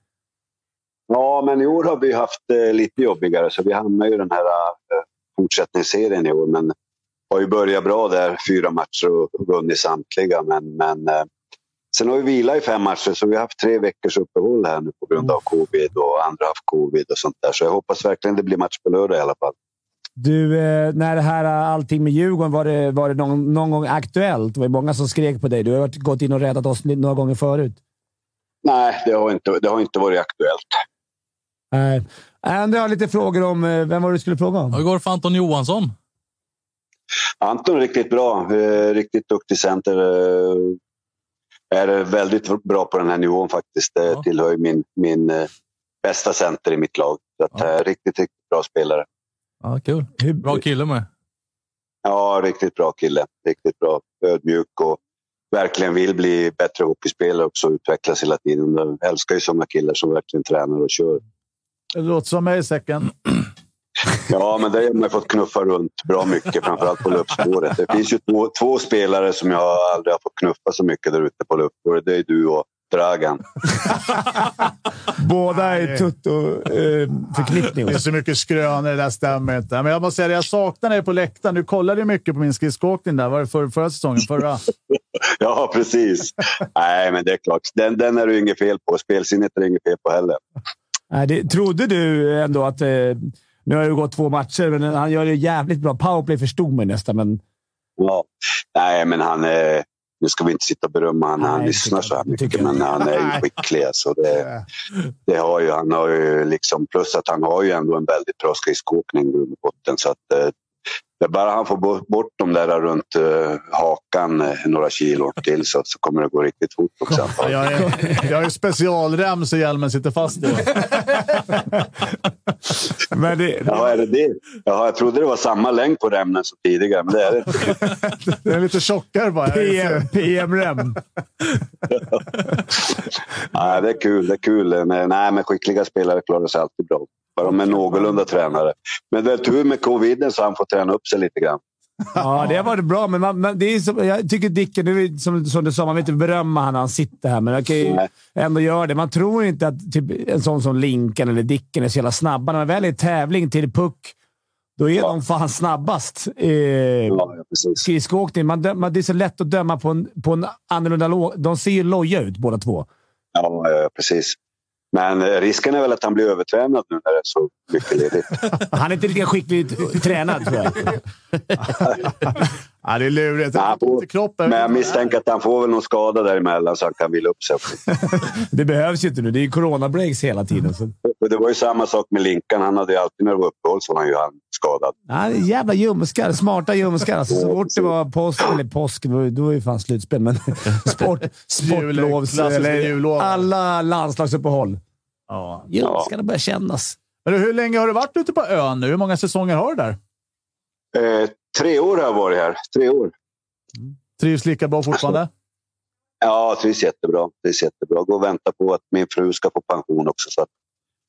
S10: Ja, men i år har vi haft eh, lite jobbigare, så vi hamnar ju i den här eh, fortsättningsserien i år. Men har ju börjat bra där, fyra matcher och och vunnit samtliga. Men, men eh, sen har vi vilat i fem matcher, så vi har haft tre veckors uppehåll här nu på grund av covid och andra har haft covid och sånt där. Så jag hoppas verkligen det blir match på lördag i alla fall.
S2: Du, eh, när det här eh, allting med Djurgården var det, var det någon, någon gång aktuellt? Det var ju många som skrek på dig. Du har varit- gått in och räddat oss li- några gånger förut.
S10: Nej, det har inte, det har inte varit aktuellt.
S2: Nej. Andy har lite frågor om... eh, Vem var det du skulle fråga
S4: Hur
S2: om?
S4: går det för Anton Johansson?
S10: Anton är riktigt bra. Eh, Riktigt duktig center. eh, Är väldigt bra på den här nivån faktiskt. Ja. Tillhör ju min, min eh, bästa center i mitt lag. Så att, eh, Riktigt, riktigt bra spelare.
S4: Ja, kul. Bra kille med.
S10: Ja, riktigt bra kille. Riktigt bra. Ödmjuk och verkligen vill bli bättre hockeyspelare också och utvecklas hela tiden. Jag älskar ju sådana killar som verkligen tränar och kör.
S3: Det låter som mig i säcken.
S10: Ja, men det har man fått knuffa runt bra mycket, framförallt på löpspåret. Det finns ju två, två spelare som jag aldrig har fått knuffa så mycket där ute på löpspåret. Det är du och Dragan.
S2: Båda är
S3: Det
S2: Tutto-förknippningar.
S3: är så mycket skrön, det där stämmer inte. Men jag måste säga det, jag saknar dig på läktaren. Du kollade ju mycket på min skridskoåkning där. Var det för, förra säsongen? Förra?
S10: Ja, precis. Nej, men det är klart. Den, den är det ju inget fel på. Spelsinnet är det inget fel på heller.
S2: Nej, det, trodde du ändå att... Eh, nu har det ju gått två matcher, men han gör det jävligt bra. Powerplay förstod mig nästan, men...
S10: Ja. Nej, men han är... Nu ska vi inte sitta och berömma honom när han
S2: Nej, det
S10: lyssnar
S2: tycker
S10: så
S2: jag
S10: här
S2: inte. Det
S10: mycket,
S2: tycker jag
S10: men han är ju skicklig. Alltså det, det har ju, han har ju liksom, plus att han har ju ändå en väldigt bra skridskoåkning i grund och botten. Så att, eh, det är bara han får bo- bort de där runt eh, hakan eh, några kilo till så, så kommer det gå riktigt fort också.
S3: Jag, är, jag är specialrem så hjälmen sitter fast. Då.
S2: men det,
S10: Ja, är det det? Jaha, jag trodde det var samma längd på remmen som tidigare, men det är det inte.
S3: Den är lite tjockare bara.
S2: PM, PM-rem.
S10: Nej, det är kul. Det är kul. Men, nej, men skickliga spelare klarar sig alltid bra. Bara de är någorlunda tränare. Men det är tur med coviden så han får träna upp sig lite grann.
S2: Ja, det har varit bra, men, man, men det är som, jag tycker Dicken, det är som, som du sa, man vill inte berömma han när han sitter här, men jag kan ju
S10: Nej.
S2: ändå göra det. Man tror inte att typ, en sån som Linken eller Dicken är så jävla snabba. När man väl är i tävling till puck, då är de fan snabbast. Eh,
S10: Ja, ja, precis.
S2: skridskoåkning. Man dö- man, det är så lätt att döma på en, på en annorlunda låg. De ser ju loja ut båda två.
S10: Ja, ja, ja, precis. Men eh, risken är väl att han blir övertränad nu när det är så mycket ledigt.
S2: Han är inte lika skickligt tränad, tror jag.
S3: Ja, det är lurigt.
S10: Nej, han får-
S3: Inte kroppen.
S10: Men jag misstänker att han får väl någon skada däremellan så han kan vila upp sig.
S2: Det behövs ju inte nu. Det är ju coronabreaks hela tiden. Så.
S10: Och det var ju samma sak med Linkan. Han hade ju alltid när det var uppehåll så var han ju han skadad.
S2: Ja, det är jävla ljumskar. Smarta ljumskar. Alltså, så
S10: Ja,
S2: fort det var påsk, eller påsk, då var- då var ju fan slutspel. Men sport, sportlovs...
S3: klassiska
S2: Eller
S3: jullov.
S2: alla landslagsuppehåll.
S3: Ja.
S2: Ljumskarna börjar kännas.
S3: Men du, hur länge har du varit ute på ön nu? Hur många säsonger har du där?
S10: Eh, tre år har jag varit här. Tre år.
S3: Trivs lika bra fortfarande?
S10: Ja, det är jättebra. Det är jättebra. Gå och vänta på att min fru ska få pension också. Så att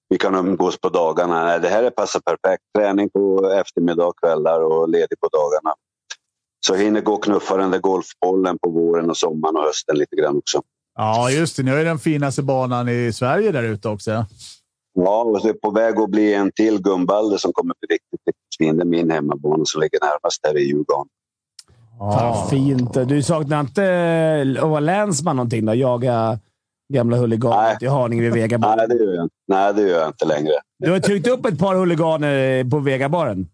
S10: vi kan umgås på dagarna. Nej, det här är passar perfekt. Träning på eftermiddag, kvällar och ledig på dagarna. Så jag hinner gå och knuffa den där golfbollen på våren och sommaren och hösten lite grann också.
S3: Ja, just det. Ni har ju den finaste banan i Sverige där ute också. ja.
S10: Ja, och det är på väg att bli en till Gumbalde som kommer bli riktigt, riktigt fin. Det är min hemmabana som ligger närmast här i Djurgården.
S2: Fan, vad fint. Du saknar inte eh, att vara länsman någonting då? Jaga gamla
S10: Nej.
S2: huliganer i Haninge vid Vegabaren?
S10: Nej, det gör jag, inte. Nej, det gör jag inte längre.
S2: Du har tryckt upp ett par huliganer på Vegabaren.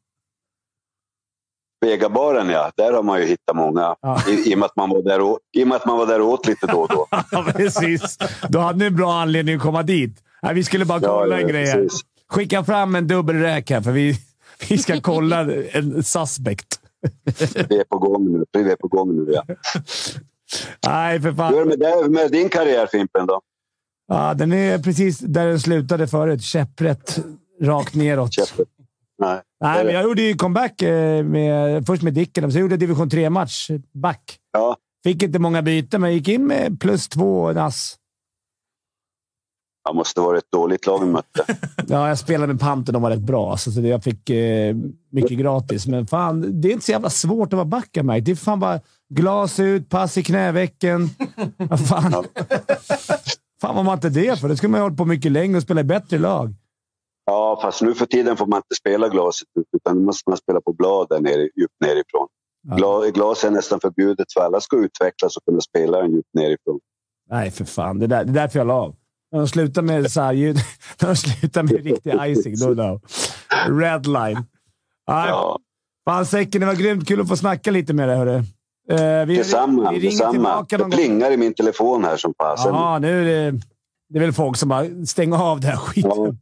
S10: Vegabaren, ja. Där har man ju hittat många.
S2: Ja.
S10: I, i, och med att man var där och, I och med att man var där och åt lite då och då.
S2: Ja, precis. Då hade ni en bra anledning att komma dit. Nej, vi skulle bara
S10: Ja,
S2: kolla
S10: ja,
S2: en grej här.
S10: precis.
S2: Skicka fram en dubbelräk här, för vi, vi ska kolla en suspect.
S10: Vi är på gång nu. Vi är på gång nu, ja.
S2: Nej,
S10: Hur
S2: för
S10: är det
S2: fan.
S10: med, dig, med din karriär, Fimpen? Då?
S2: Ja, den är precis där den slutade förut. Käpprätt rakt neråt.
S10: Käpprätt. Nej.
S2: Nej, men jag gjorde ju comeback eh, med, först med Dicken, men sen gjorde jag division 3-match back.
S10: Ja.
S2: Fick inte många byten, men gick in med plus två och en ass.
S10: Jag måste vara ett dåligt lag vi mötte.
S2: Ja, jag spelade med Panten de var rätt bra, alltså, så det- jag fick eh, mycket gratis. Men fan, det är inte så jävla svårt att vara back, jag märkt. Det är fan bara glas ut, pass i knävecken. Ja, fan. fan var man inte det för? Då skulle man ju ha hållit på mycket längre och spela i bättre lag.
S10: Ja, fast nu för tiden får man inte spela glaset ut, utan nu måste man spela på bladen nere, djupt nerifrån. Gla, glas är nästan förbjudet, för alla ska utvecklas och kunna spela den djupt nerifrån.
S2: Nej, för fan. Det, där, det är därför jag la av. När de slutar med sargljud, när de slutar med riktig icing, då la jag av. Red line. Nej,
S10: Ja.
S2: Fan Säcken, det var grymt kul att få snacka lite med dig, hörru. Eh, vi,
S10: Detsamma.
S2: vi ringer
S10: detsamma.
S2: tillbaka
S10: Det
S2: någon gång.
S10: plingar i min telefon här som fasen.
S2: Jaha, nu är det Det är väl folk som bara stänger av den här skiten.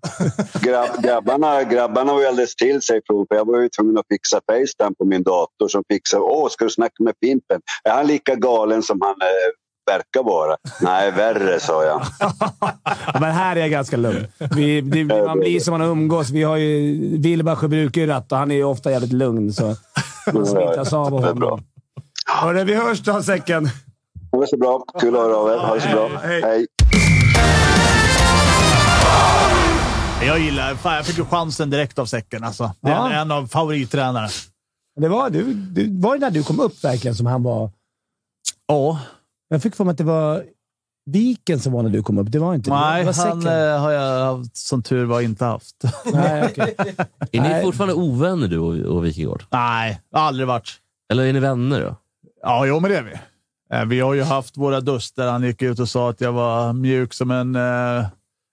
S10: Grabb, grabbarna, grabbarna väldes till sig från för jag var ju tvungen att fixa Facetime på min dator som fixade. Åh, ska du snacka med Pimpen? Är han lika galen som han eh, verkar vara? Nej, värre, sa jag.
S2: Ja, men här är jag ganska lugn. Vi, det, man blir som man umgås. Vi har ju... Wilbacher brukar ju ratta. Han är ju ofta jävligt lugn, så man smittas av av
S10: Det är
S2: honom.
S10: bra.
S2: Hörru, vi hörs då, Säcken.
S10: Ha det så bra. Kul att höra av er. Ha det så bra. Hej.
S3: Jag gillar... Fan, jag fick ju chansen direkt av säcken alltså. Det är
S2: Ja.
S3: en av favorittränarna.
S2: Det var, du, du, var det när du kom upp verkligen som han var...
S3: Ja.
S2: Jag fick för mig att det var Viken som var när du kom upp. Det var inte
S3: Nej,
S2: det. var
S3: han
S2: Säcken.
S3: eh, har jag haft, som tur var inte haft.
S2: Nej, okej.
S7: Är ni
S2: Nej.
S7: fortfarande ovänner du och, och Wikegård?
S3: Nej, aldrig varit.
S7: Eller är ni vänner då?
S3: Ja, jo, men det är vi. Eh, Vi har ju haft våra duster. Han gick ut och sa att jag var mjuk som en eh,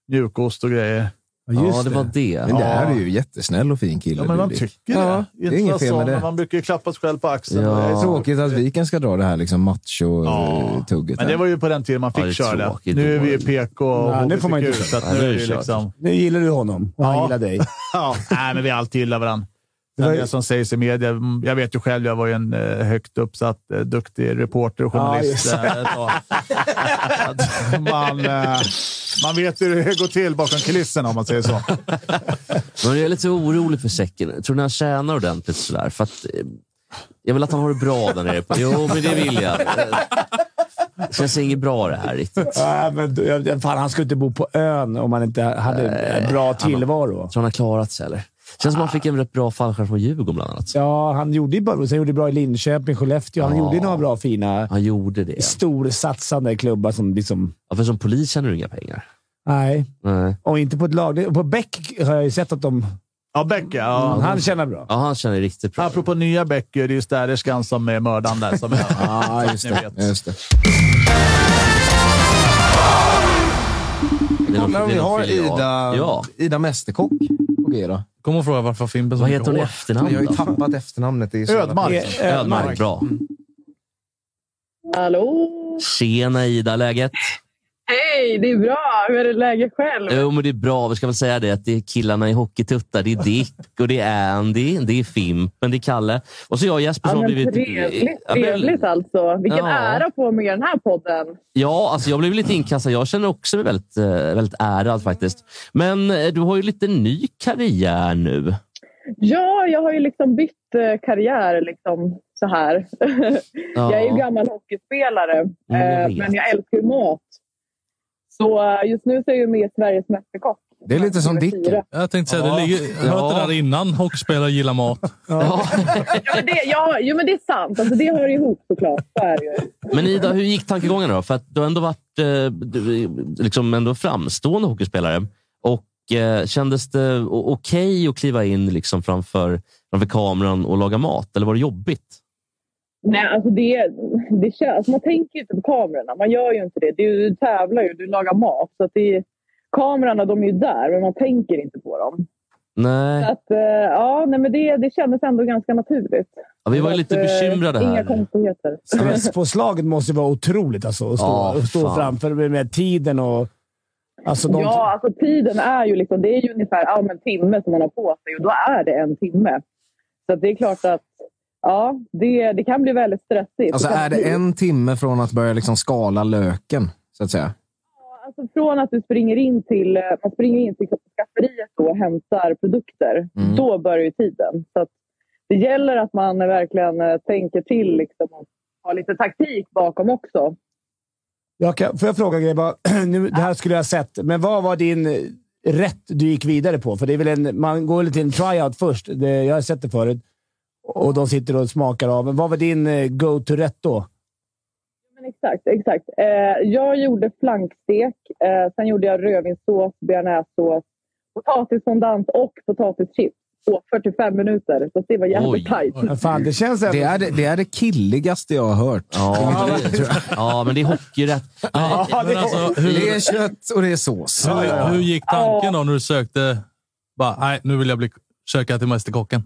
S3: mjukost och grejer.
S2: Ja,
S7: ja,
S2: just
S7: det var det.
S5: Men det här är ju jättesnäll och fin kille.
S3: Ja, men man
S5: Ludvig.
S3: tycker
S5: Ja, det
S3: det.
S5: är inget fel med det.
S3: Man brukar ju klappa sig själv på axeln.
S7: Ja.
S3: Det är så-
S5: Tråkigt att Viken ska dra det här liksom
S3: Ja.
S5: macho-tugget.
S3: Men det var ju på den tiden man fick
S7: Ja, det är
S3: köra
S7: tråkigt
S3: Nu är
S7: då.
S3: vi ju PK och
S2: Nej, nu får man
S3: HBTQ,
S2: inte
S3: så att
S7: köra.
S3: nu
S7: Nej,
S3: är
S7: det
S3: det
S7: är
S3: ju
S7: kört.
S3: liksom...
S2: Nu gillar du honom och han
S3: Ja.
S2: gillar dig.
S3: Ja, nej, men vi alltid gillar varandra. Sen
S2: var ju-
S3: Det som sägs i media. mm, Jag vet ju själv, jag var ju en eh, högt uppsatt, eh, duktig reporter och journalist.
S2: Ja,
S3: eh, ett tag. Att man, eh, man vet hur det går till bakom kulisserna om man säger så.
S7: Men jag är lite orolig för säcken. Tror ni han tjänar ordentligt sådär? För att, eh, jag vill att han har det bra där nere. Jo, men det vill jag. Eh, Det känns inget bra det här riktigt. Jag
S2: Nej, men du- jag- fan, han skulle inte bo på ön om han inte hade en bra tillvaro.
S7: tror han har klarat sig, eller? Det känns som han fick en rätt bra fallskärm från Djurgården, bland annat.
S2: Ja, han gjorde ju bra, sen gjorde bra i Linköping, Skellefteå. Han
S7: Ja.
S2: gjorde ju några bra fina
S7: Han gjorde det.
S2: storsatsande klubbar som liksom...
S7: Ja, för som polis tjänar du inga pengar.
S2: Nej,
S7: Nej.
S2: och inte på ett lag. Det- På Beck har jag ju sett att de...
S3: Ja, Beck ja.
S2: han tjänar bra.
S7: Ja, han tjänar riktigt bra.
S3: Apropå nya Beck, det är ju städerskan som är mördaren där. Som är,
S5: Ja, just
S3: Ni
S5: det.
S3: vet.
S5: Just det.
S7: Det är någon-
S5: Kolla om
S7: det är
S5: vi
S7: någon
S5: har
S7: filial.
S5: Ida,
S7: Ja.
S5: Ida Mästerkock på G då.
S4: Kom och fråga varför Fimpen så
S7: Vad
S4: mycket
S7: heter hon i
S4: hår.
S5: Jag har
S7: efternamn
S5: ju
S7: då?
S5: tappat efternamnet. Det är så jävla-
S3: Ödmark.
S2: Eh, eh,
S7: Ödmark. Bra.
S5: Mm.
S11: Hallå!
S7: Tjena Ida, läget?
S11: Hej, det är bra. Hur är det läge själv?
S7: Jo, men det är bra. Vi ska väl säga det att det är killarna i Hockeytuttar. Det är Dick och det är Andy, det är Fimpen, det är Kalle. Och så jag och Jesper
S11: Ja,
S7: som har
S11: men
S7: blivit...
S11: trevligt,
S7: Ja, men-
S11: trevligt alltså. Vilken
S7: Ja.
S11: ära på mig i den här podden.
S7: Ja, alltså jag blev lite inkastad. Jag känner också mig väldigt, eh, väldigt ärad faktiskt. Men eh, du har ju lite ny karriär nu.
S11: Ja, jag har ju liksom bytt eh, karriär liksom så här.
S7: Ja.
S11: Jag är ju gammal hockeyspelare,
S7: jag
S11: eh,
S7: vet.
S11: men jag älskar ju mat. Så eh, just nu så är jag ju med i Sveriges Mästerkock.
S5: Det är lite som
S11: TV4.
S5: Dicken.
S4: Jag tänkte säga, det ligger, jag hörde det där innan. Hockeyspelare gillar mat.
S11: Ja, men det, ja, jo, men det är sant. Alltså, det hör ihop såklart. Så är det ju.
S7: Men Ida, hur gick tankegångarna då? För att du har ändå varit eh, du, är liksom ändå framstående hockeyspelare. Och eh, kändes det o- okej att kliva in liksom framför, framför kameran och laga mat? Eller var det jobbigt?
S11: Nej, alltså det, det känns, alltså man tänker ju inte på kamerorna. Man gör ju inte det. Du tävlar ju, du lagar mat. Så att det, är- kamerorna de är ju där, men man tänker inte på dem. Så
S7: Nej,
S11: att, eh, ja, nej, men det, det kändes ändå ganska naturligt.
S7: ja, vi var ju lite
S11: Så att, eh,
S7: bekymrade
S11: Inga
S7: här.
S11: konstigheter.
S2: Stresspåslaget måste ju vara otroligt alltså. Att stå,
S7: Ja,
S2: att stå
S7: fan.
S2: framför med, med tiden och... Alltså, de,
S11: Ja, alltså tiden är ju liksom, det är ju ungefär ja, men en timme som man har på sig och då är det en timme. Så att det är klart att ja, det, det kan bli väldigt stressigt.
S5: Alltså
S11: kan
S5: är det
S11: bli-
S5: en timme från att börja liksom skala löken, så att säga?
S11: Alltså från att du springer in till, eh, man springer in till skafferiet då och hämtar produkter,
S5: Mm.
S11: då börjar ju tiden. Så att det gäller att man verkligen eh, tänker till liksom, och har lite taktik bakom också.
S2: Jag kan, får jag fråga en grej? bara? Nu, det här skulle jag ha sett, men vad var din eh, rätt du gick vidare på? För det är väl en, man går väl till en tryout först. Det, jag har sett det förut. Och de sitter och smakar av. Men vad var din eh, go-to-rätt då?
S11: Men exakt, exakt. Eh, jag gjorde flankstek, eh, sen gjorde jag rödvinssås, bearnaisesås, potatisfondant och potatischips på 45 minuter. Så det var jävligt
S7: Oj.
S11: tajt.
S2: Men fan, det känns...
S5: Det är det, det är det killigaste jag har hört.
S7: Ja, men det, ja, men det är hockeyrätt. Nej,
S4: Men alltså,
S5: Det
S4: hur,
S5: är kött och det är sås.
S4: hur, hur gick tanken då när du sökte? Bara, nej, nu vill jag bli söka till Mästerkocken.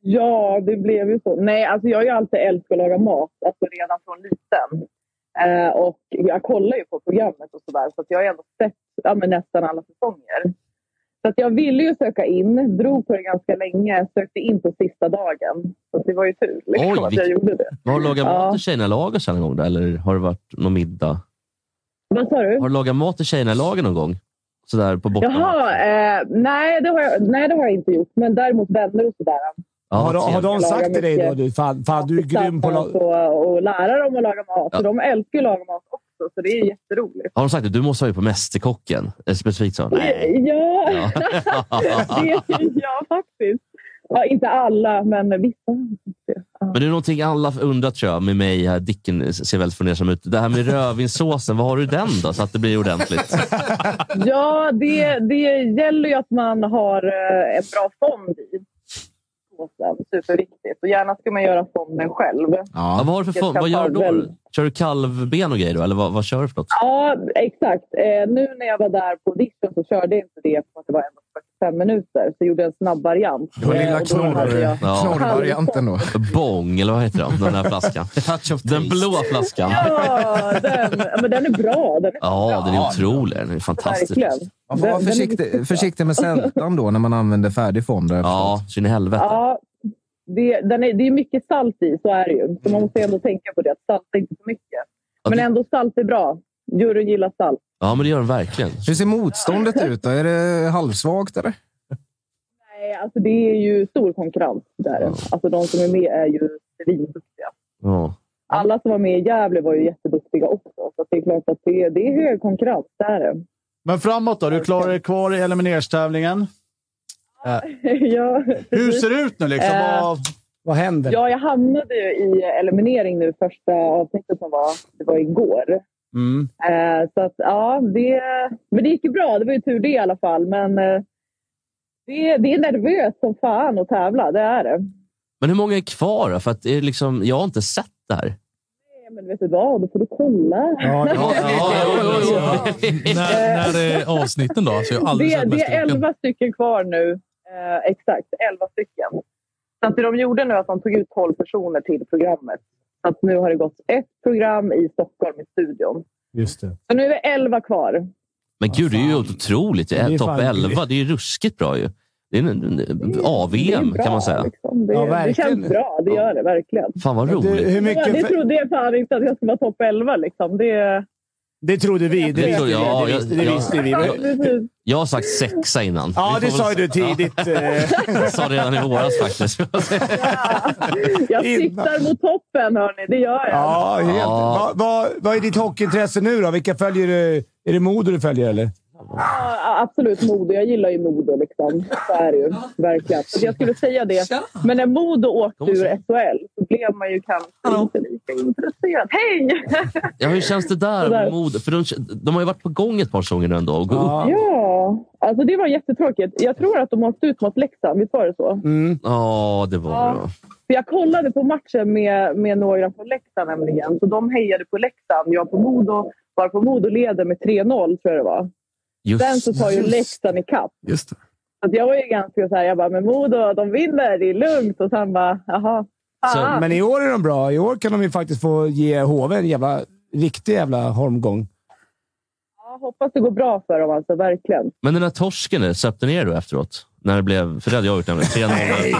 S11: Ja, det blev ju så. Nej, alltså jag har ju alltid älskat att laga mat, alltså redan från liten. Eh, och jag kollar ju på programmet och sådär, så att jag har ju ändå sett ja, men nästan alla säsonger. Så att jag ville ju söka in, drog på det ganska länge, sökte in på sista dagen. Så att det var ju tur liksom,
S7: Oj,
S11: att
S7: vilk-
S11: jag gjorde det.
S7: Har du lagat mat
S11: ja.
S7: till tjejerna i laget sen en gång? Då? Eller har det varit någon middag?
S11: Vad sa du?
S7: Har du lagat mat till tjejerna i laget någon gång? Sådär på botten.
S11: Jaha, eh, nej, det har jag, nej, det har jag inte gjort. Men däremot vänner och sådär.
S7: Ja,
S2: har, de- har de
S11: trevligt.
S2: sagt till dig då? Du, fan, fan, du är grym på...
S11: Tillsammans
S2: la-
S11: och, och lära dem att laga mat.
S7: Ja.
S11: Så de älskar ju att laga mat också, så det är jätteroligt.
S7: Har de sagt det? Du måste vara på Mästerkocken. Eh, Specifikt så. Nej.
S11: Ja,
S7: Ja.
S11: det, ja faktiskt. Ja, inte alla, men vissa.
S7: Men det är någonting alla undrar tror jag, med mig här. Dicken ser väldigt fundersam ut. Det här med rödvinssåsen, vad har du den då? Så att det blir ordentligt.
S11: Ja, det, det gäller ju att man har eh, en bra fond i såsen. Superviktigt. Och gärna ska man göra fonden själv.
S7: Ja, vad, har du för,
S11: Vilket
S7: form-
S11: kan
S7: vad
S11: ta
S7: gör du
S11: väldigt-
S7: då? Kör du kalvben och grejer då? Eller vad, vad kör du för något?
S11: Ja, exakt. Eh, nu när jag var där på audition så körde jag inte det för att det var endast 45 minuter. Så gjorde jag en snabb variant.
S5: Det var lilla
S11: Eh, och då hade jag-
S5: knorr- knorrvarianten då.
S7: Bong, eller vad heter den? Den här flaskan. Den blå flaskan.
S11: Ja, den, ja, men den är bra. Den är
S7: Ja, den är otrolig. Den är fantastisk.
S11: verkligen.
S5: Man får vara
S11: Den- den är
S5: försiktig,
S11: riktigt
S5: försiktig med sältan då när man använder färdig fond. där.
S7: Ja, så in i helvete.
S11: Ja, det, den är, det är mycket salt i, så är det ju. Så man måste ändå tänka på det, att salta inte för mycket. Men
S7: det-
S11: ändå, salt är bra. Juryn gillar salt.
S7: Ja, men det gör den verkligen.
S5: Hur ser motståndet ut då? Är det halvsvagt eller?
S11: Nej, alltså det är ju stor konkurrens där. Alltså de som är med är ju svinduktiga.
S7: Ja.
S11: Alla som var med i Gävle var ju jätteduktiga också. Så det är klart att det, det är hög konkurrens, det är det.
S3: Men framåt då? Du klarar dig kvar i elimineringstävlingen. Eh,
S11: ja,
S3: Hur ser det ut nu? Liksom?
S11: Eh.
S3: Vad,
S2: Vad händer?
S11: ja, jag hamnade ju i eliminering nu första avsnittet som var, det var igår.
S3: mm.
S11: Eh, så att, ja, det, men det gick ju bra. Det var ju tur det i alla fall. Men eh, det, det är nervöst som fan att tävla. Det är det.
S7: Men hur många är kvar då? För att det är liksom, jag har inte sett det här.
S11: Nej, Men vet du vad? Då får du kolla.
S7: Ja, ja, jo, jo, jo.
S4: När, när är avsnitten då? Alltså, jag har aldrig
S11: det,
S4: sett
S11: det är
S4: Mästerkocken.
S11: elva stycken kvar nu. Eh, exakt, elva stycken. Så att det de gjorde nu är att de tog ut 12 personer till programmet. Så att nu har det gått ett program i Stockholm i studion.
S2: Just det.
S11: Så nu är vi elva kvar.
S7: Men gud, det är ju otroligt. Det
S2: Det
S7: är
S2: är
S7: topp
S2: fan-
S7: 11. Det är ju ruskigt bra ju. Det är en, en, en AVM
S11: Det är
S7: kan
S11: bra,
S7: man säga.
S11: Liksom. Det,
S2: Ja,
S11: det
S2: verkligen.
S11: känns bra, det gör det verkligen.
S7: Fan vad
S2: Du,
S7: roligt.
S2: hur
S11: Ja,
S2: mycket...
S11: det
S2: För,
S11: trodde jag fan inte att jag skulle vara topp 11. Liksom. Det,
S2: det trodde vi. Det
S7: Det
S2: visste
S7: tror
S2: vi.
S7: jag.
S2: Det
S7: Ja,
S2: visste,
S7: jag-
S2: det visste vi.
S11: Ja, precis.
S7: Jag har sagt sexa innan.
S2: Ja,
S7: Vi
S2: det
S7: får
S2: sa ju
S7: väl-
S2: du tidigt. eh.
S7: Ja, Jag sa redan i våras faktiskt.
S11: jag
S2: Innan.
S11: siktar mot toppen, hörni. Det gör jag.
S2: Ja, helt.
S7: Ja.
S2: Vad, vad, vad är ditt hockeyintresse nu då? Vilka följer du? Är det Modo du följer eller?
S11: Ja, absolut Modo. Jag gillar ju Modo. Liksom. Så är det ju. Verkligen. Så jag skulle säga det. Men när Modo åkte ur SHL så blev man ju kanske inte lika intresserad. Hej!
S7: Ja, hur känns det där med mod? För de, de har ju varit på gång ett par säsonger nu ändå. Och gå upp.
S11: Ja, alltså det var jättetråkigt. Jag tror att de åkte ut mot Leksand. Visst var det så?
S1: Mm.
S7: Ja, det var det.
S11: Ja. För jag kollade på matchen med, med några från Leksand nämligen. Så de hejade på Leksand. Jag på Modo. Var på Modo leder med 3-0 tror jag det var. Sen
S7: Just
S11: så tar ju Leksand ikapp.
S5: Just det.
S11: Så att jag var ju ganska så här, jag bara, men Modo, de vinner, det är lugnt. Och sen bara, jaha. Ah,
S7: Så-
S11: Fan.
S2: Men i år är de bra. I år kan de ju faktiskt få ge HV en jävla, riktig jävla holmgång.
S11: Ja, hoppas det går bra för dem alltså, verkligen.
S7: Men den här torsken, där, söp den ner då efteråt? När det blev, för det hade jag gjort nämligen. 3-0.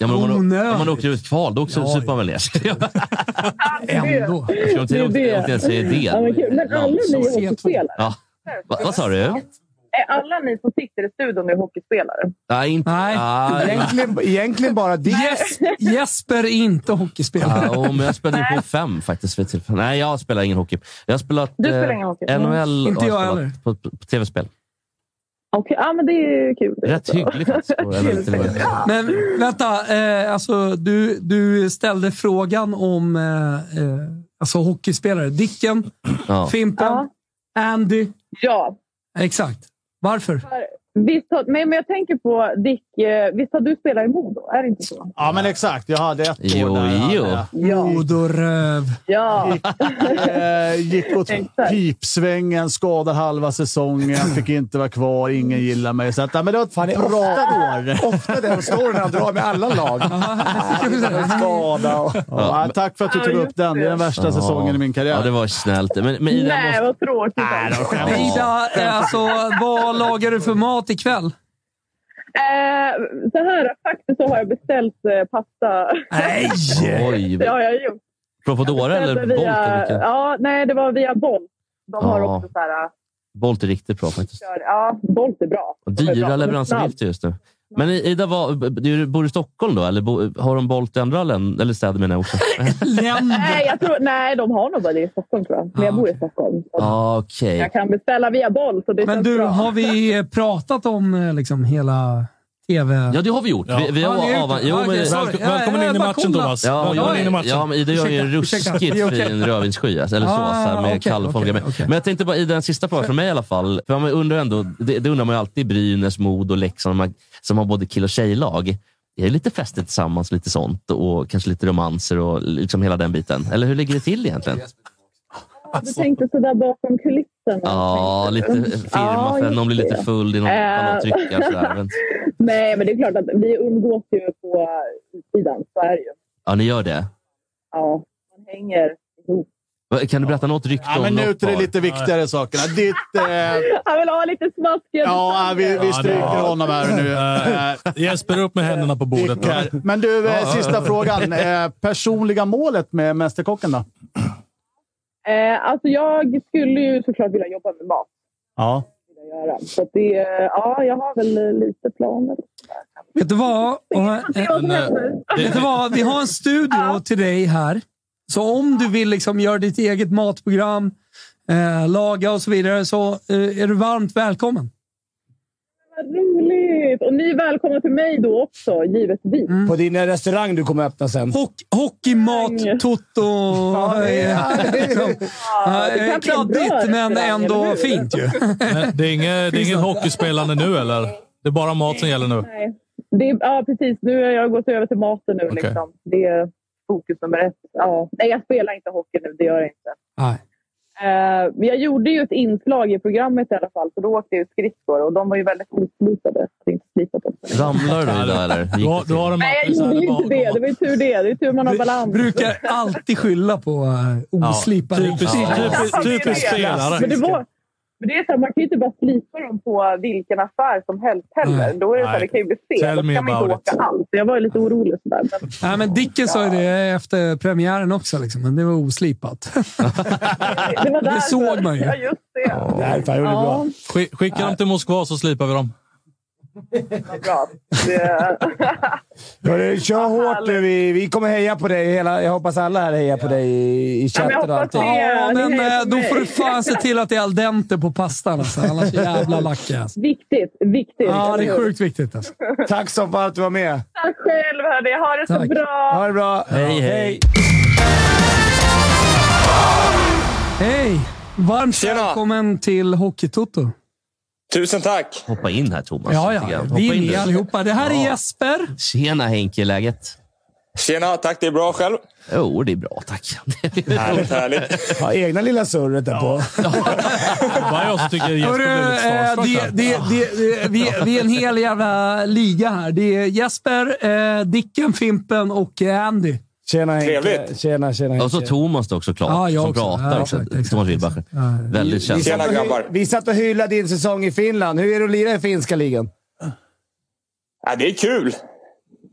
S7: ja, men om, man, om man åker ut kval, då också supar man väl ner.
S11: Ändå.
S7: Jag tror inte
S11: Det är
S7: jag
S11: det.
S7: åkte ens i
S11: Ja, men, kul.
S7: idén.
S11: men alla ni är hockeyspelare.
S7: Ja. Va, vad sa du?
S11: Är alla ni som sitter i studion är hockeyspelare?
S7: Nej, inte...
S1: Nej.
S7: Nej.
S2: Egentligen, egentligen bara det.
S1: Jes- Jesper är inte hockeyspelare.
S7: Ja, och, men jag spelade ju på fem faktiskt. vid tillfället. Nej, jag spelar ingen hockey. Jag har spelat
S11: Du spelar
S7: eh,
S11: ingen hockey?
S7: NHL
S1: Inte
S7: och
S1: jag
S7: har spelat
S1: heller.
S7: på, på tv-spel.
S11: Okej, ja men det är ju kul. Det är
S7: Rätt
S11: så.
S7: hyggligt faktiskt. på NHL.
S1: Men vänta, eh, alltså, du, du ställde frågan om eh, eh, alltså, hockeyspelare. Dicken,
S7: Ja.
S1: Fimpen,
S11: Ja.
S1: Andy.
S11: Ja,
S1: Exakt. Varför?
S11: Visst, har- nej, men jag tänker på Dick Och eh, visst har du spelat i Modo? Är det inte så?
S3: Ja, men exakt. Jag hade ett år
S7: Jo,
S3: där. hade
S7: jo.
S3: jag.
S1: Odoröv.
S11: Ja,
S3: Eh, gick åt
S11: Exakt.
S3: pipsvängen, skadade halva säsongen, fick inte vara kvar, ingen gillade mig. Så att, ja, men det var ett
S2: det är
S3: bra år.
S2: Ofta den storyn han drar med alla lag. Skada och...
S3: Ja, tack för att du tog upp den. Det är den värsta säsongen i min karriär.
S7: Ja, det var snällt. Men, men i den
S11: nej
S7: måste...
S11: vad tråkigt. alltså.
S1: Ida, eh, alltså, vad lagar du för mat ikväll?
S11: Eh, så här, faktiskt så har jag beställt eh, pasta.
S1: Nej!
S7: Oj!
S11: Det har jag gjort.
S7: Propadora eller
S11: Beställde
S7: Bolt? eller
S11: via,
S7: vilken?
S11: ja, nej, det var via Bolt. De har
S7: Ja.
S11: också så här...
S7: Bolt är riktigt bra faktiskt.
S11: Kör, ja, Bolt är bra. De är
S7: Dyra
S11: bra.
S7: leveransavgifter just nu. Men Ida, vad, du bor i Stockholm då? Eller bo, har de Bolt i andra län, eller städer menar jag också?
S1: Länder.
S11: Nej, jag tror, nej, de har nog bara det i Stockholm tror jag. Men jag
S1: Ah,
S11: bor i Stockholm. Så
S7: Ja, Ah, Okej.
S11: Jag kan beställa via Bolt. Och det
S1: Men
S11: känns
S1: du,
S11: bra.
S1: har vi pratat om eh, liksom hela tv...
S7: Ja, det har vi gjort. Vi, vi
S1: Ja,
S7: har
S1: ni är ute.
S7: avan... jo,
S1: Ja,
S7: men...
S1: okej, sorry.
S4: Välko- välkommen
S1: Ja,
S4: in i
S1: ja,
S4: matchen,
S1: välkomna.
S4: Thomas.
S7: Ja,
S4: välkommen
S1: jag-
S4: in i matchen.
S7: Ja, men Ida gör ju en
S1: Ursäkta, ursäkta.
S7: ruskigt
S1: Det är okej.
S7: fin rödvinssky. Alltså, eller så,
S1: Ah,
S7: så här, med
S1: okej,
S7: kall
S1: okej,
S7: folkare. Men-
S1: okej.
S7: Men jag tänkte bara, i den sista frågan från mig i alla fall. För man undrar ändå, det, det undrar man ju alltid i Brynäs, Modo, Leksand, de här som har både kill och tjejlag. Det är lite fester tillsammans, lite sånt och kanske lite romanser och liksom hela den biten. Eller hur ligger det till egentligen?
S11: Du tänkte sådär bakom kulisserna. Mm.
S7: Ja, lite firma
S11: Ja,
S7: för
S11: just
S7: någon blir lite
S11: det.
S7: full, det är någon,
S11: Eh.
S7: annan tryckare. sådär. Men,
S11: Nej, men det är klart att vi umgås ju på utsidan. Så är det ju.
S7: ja, ni gör det.
S11: Ja, man hänger ihop.
S7: Va, Kan du berätta något rykte
S3: Ja,
S7: om
S3: men nu
S7: något
S3: är det
S7: par?
S3: lite viktigare sakerna. Ditt, eh,
S11: Jag vill ha lite smaskiga
S3: ja, vi, vi
S11: detaljer.
S3: stryker honom här nu. Eh,
S4: Jesper, upp med händerna på bordet.
S3: Dick här. Men du, eh, sista frågan. Eh, personliga målet med Mästerkocken då?
S11: eh, alltså jag skulle ju såklart vilja jobba med mat.
S3: Ja.
S11: vill jag Göra. Så att det, eh, ja, jag har väl eh, lite planer.
S1: Vet du vad? Och, eh,
S11: Se vad som
S4: Men, eh,
S11: händer.
S1: Vet du vad? Vi har en studio till dig här. Så om du vill liksom göra ditt eget matprogram, eh, laga och så vidare, så eh, är du varmt välkommen.
S11: Vad roligt! Och ni är välkomna till mig då också, givetvis.
S4: Mm.
S2: På din eh, restaurang du kommer öppna sen.
S1: Hock, hockeymat, Toto... eh, liksom.
S11: Ja, det kanske
S1: Eh,
S11: är en bra
S1: Kladdigt, men
S11: restaurang, eller
S1: ändå
S11: hur?
S1: fint ju.
S4: Men Det är inget, det är inget hockeyspelande nu, eller? Det är bara mat som gäller nu.
S11: Nej. Det är, ja, precis. Nu har jag gått över till maten nu.
S4: Okej.
S11: Liksom. Det är fokus nummer ett. Ja. Nej, jag spelar inte hockey nu. Det gör jag inte.
S1: Nej.
S11: Eh, men jag gjorde ju ett inslag i programmet i alla fall. Så då åkte jag ju skridskor och de var ju väldigt oslipade. Jag tänkte slipa dem.
S7: Ramlar du Ida, eller? Gick
S4: Du har,
S7: det
S4: du
S7: till?
S4: har en
S11: Nej,
S4: matris
S11: jag
S4: här.
S11: gjorde
S4: Det
S11: ju
S4: är bara att
S11: inte det. Det var ju tur det. Det är tur man har balans.
S1: Brukar alltid skylla på eh, oslipade
S4: Typiskt
S1: ja.
S4: typisk, typisk
S11: Men det,
S4: spelare.
S11: var, men det är så här, man kan ju inte bara slipa dem på vilken affär som helst heller.
S1: Nej.
S11: Då är det, så här, det kan ju bli
S4: Tell
S11: fel. Då
S4: me
S11: kan man inte
S4: about
S11: åka alls. Jag var ju lite orolig. Så där. Men,
S1: Nej, men Dicken sa ju det efter premiären också, liksom, men det var oslipat.
S11: det, var därför.
S1: såg man ju.
S11: Ja, just det.
S2: Det här fan, jag gjorde bra.
S11: Ja,
S4: Skick- Skicka dem till Moskva så slipar vi dem.
S11: vad bra. Det,
S2: Hörru, kör hårt nu. Vi, vi kommer heja på dig. Hela, jag hoppas alla här hejar på dig
S11: men
S2: i, i
S11: jag
S2: chatten och
S11: hoppas
S2: allting.
S11: det.
S1: Ja,
S11: ni
S1: men
S11: hejar
S1: eh,
S11: på
S1: då
S11: mig.
S1: får du fan se till att det är al dente på pastan. Alltså. Annars jävla lack är jag, alltså.
S11: viktigt, viktigt.
S1: Ja, det är sjukt viktigt. Alltså.
S2: Tack så för att du var med.
S11: Tack själv, hörni. Ha det så
S1: Tack.
S11: bra.
S2: Ha det bra.
S7: Hej, hej.
S1: Hej! Varmt välkommen till Hockeytoto.
S12: Tusen tack!
S7: Hoppa in här Thomas.
S1: Ja,
S7: lite
S1: ja.
S7: grann. Hoppa
S1: Vi är
S7: in
S1: med
S7: du.
S1: allihopa. Det här är
S7: Ja.
S1: Jesper.
S7: Tjena Henke, läget?
S12: Tjena, tack. Det är bra själv.
S7: Jo, det är bra tack.
S12: Härligt, härligt.
S2: Ja, egna lilla surret där på.
S4: Det är bara jag som tycker Jesper blir
S1: Hörru,
S4: lite
S1: eh,
S4: starstruck
S1: det,
S4: här.
S1: det, det, det, vi, vi är en hel jävla liga här. Det är Jesper, eh, Dicken, Fimpen och eh, Andy.
S2: Tjena Henke.
S12: Trevligt.
S2: Tjena, tjena
S7: Och så
S2: Henke.
S7: Thomas då såklart,
S1: Ja, jag
S7: som
S1: också.
S7: pratar
S1: Ja,
S7: också.
S1: exakt, exakt,
S7: Thomas
S1: exakt.
S7: Wilbacher.
S1: Ja, ja.
S7: Väldigt
S2: Vi
S7: känslig.
S2: satt och hy-
S12: grabbar.
S2: Vi satt och hyllade din säsong i Finland. Hur är det att lira i finska ligan?
S12: Ja, det är kul.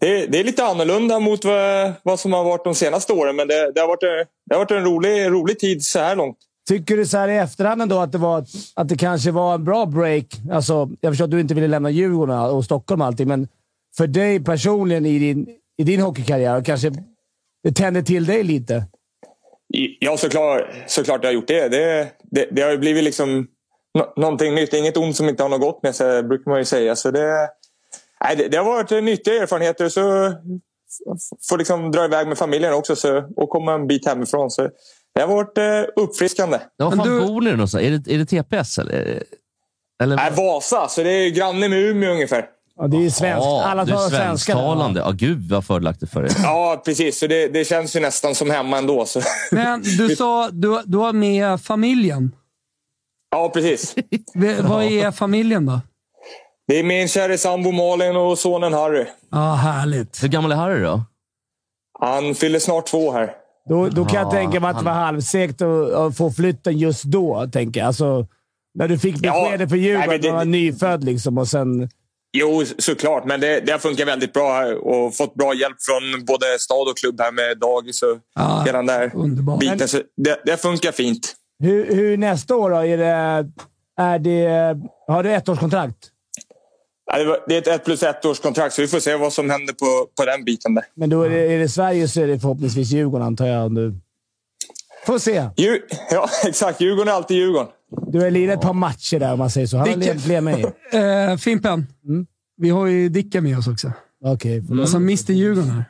S12: Det, det är lite annorlunda mot vad, vad som har varit de senaste åren, men det, det, har, varit, en- det har varit en rolig, rolig tid så här långt.
S2: Tycker du så här i efterhand ändå att det, var, att det kanske var en bra break? Alltså, jag förstår att du inte ville lämna Djurgården och Stockholm och allting, men för dig personligen i din, i din hockeykarriär, och kanske det tände till dig lite?
S12: I- Ja, såklart, såklart jag har gjort det. Det, det, det har ju blivit liksom nå- någonting nytt. Inget ont som inte har något gott med sig, brukar man ju säga. Så det, nej, det, det har varit eh, nyttiga erfarenheter. Så f- får liksom dra iväg med familjen också så, och komma en bit hemifrån. Så det har varit eh, uppfriskande.
S7: Ja, var
S1: Men
S7: fan
S1: du-
S7: bor ni någonstans? Är det, är det TPS eller? eller
S12: Äh, Nej, Vasa, så det är ju granne med Umeå ungefär.
S2: Ja, det är ju svenskt. Alla
S7: du är
S2: talar svenska. där, va?
S7: svensktalande. Ja, gud vad fördelaktigt för dig.
S12: Ja, precis. Så det, det känns ju nästan som hemma ändå. Så.
S1: Men du sa du, du har med familjen.
S12: Ja, precis.
S1: V- Vad är familjen då?
S12: Det är min kära sambo Malin och sonen Harry.
S1: Ja, härligt.
S7: Hur gammal är Harry då?
S12: Han fyller snart två här.
S2: Då, då kan
S7: Ja,
S2: jag tänka mig att det var halvsegt att, att få flytten just då, tänker jag. Alltså, när du fick
S12: Ja,
S2: beskedet för jul
S12: nej, men
S2: att man
S12: det-
S2: var nyfödd liksom och sen...
S12: Jo, såklart. Men det, det har funkat väldigt bra här och fått bra hjälp från både stad och klubb här med dagis och
S1: Ja,
S12: hela den där
S1: underbart.
S12: biten. Så det, det funkar fint.
S2: Hur, hur nästa år då? Är det, är det, har du ettårskontrakt?
S12: Ja, det var- Det är ett ett plus ett års kontrakt så vi får se vad som händer på, på den biten. Där.
S2: Men då är det, är det Sverige så är det förhoppningsvis Djurgården, antar jag. om Du. Får se.
S12: Djur, ja, exakt. Djurgården är alltid Djurgården.
S2: Du har lirat ett par matcher där, om man säger så. Han har
S1: Vilken-
S2: lirat fler än mig.
S1: Eh, Fimpen, vi har ju Dicka med oss också.
S2: Okej.
S1: Alltså Mr Djurgården här.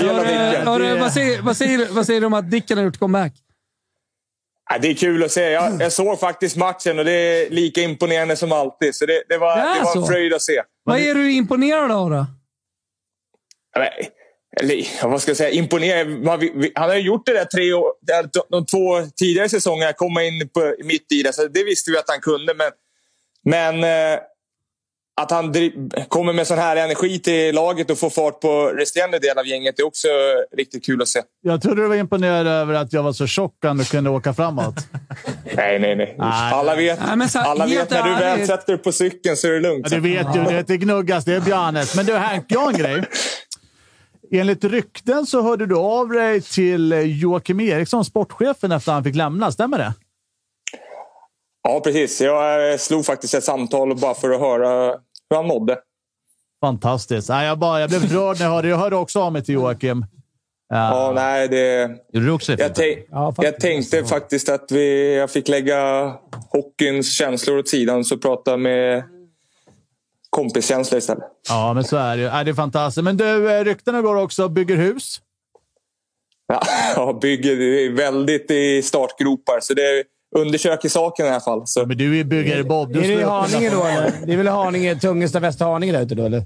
S12: Tjena, Dicken.
S1: Har du- vad, säger, vad, säger, vad säger du om att Dicken har gjort comeback?
S12: Ja, det är kul att se. Jag, jag såg faktiskt matchen och det är lika imponerande som alltid. Så det, det var,
S1: Det är
S12: det var en
S1: så?
S12: fröjd att se.
S1: Vad är du imponerad av då?
S12: Eller, eller ja, vad ska jag säga? Imponerande. Man, vi- vi- han har ju gjort det där tre år, där, de, de två tidigare säsongerna, komma in på, mitt i det. Så det visste vi att han kunde. Men, men eh, att han dri- kommer med sån här energi till laget och får fart på resterande del av gänget det är också riktigt kul att se.
S3: Jag trodde du var imponerad över att jag var så tjock att du kunde åka framåt.
S12: Nej, nej, nej. Alla vet,
S1: Nej, men så här,
S12: alla vet
S1: helt
S12: när du väl
S1: ärligt.
S12: sätter dig på cykeln så är det lugnt.
S3: Ja, det vet du. Det, det gnuggas. Det är Bjarnes. Men du, Hank, jag har en grej. Enligt rykten så hörde du av dig till Joakim Eriksson, sportchefen, efter han fick lämna. Stämmer det?
S12: Ja, precis. Jag eh, slog faktiskt ett samtal bara för att höra hur han mådde.
S3: Fantastiskt. Nej, jag, bara, jag blev rörd när jag hörde det. Jag hörde också av mig till Joakim.
S12: Ja, nej, det...
S7: Gjorde du också det?
S12: Jag,
S7: Fimpen?
S12: tänk,
S2: Ja, faktiskt.
S12: jag tänkte faktiskt att vi, jag fick lägga hockeyns känslor åt sidan och prata med kompiskänslor istället.
S3: Ja, men så är det ju. Nej, Det är fantastiskt. Men du, eh, ryktena går också bygger hus.
S12: Ja, jag bygger det är väldigt i startgropar, så det undersöker saken i alla fall. Så,
S3: Men du är byggare Bob. Du
S2: Är det i
S3: slår-
S2: Haninge då, eller? Det är väl Haninge, Tungesta, Västra Haninge där ute då, eller?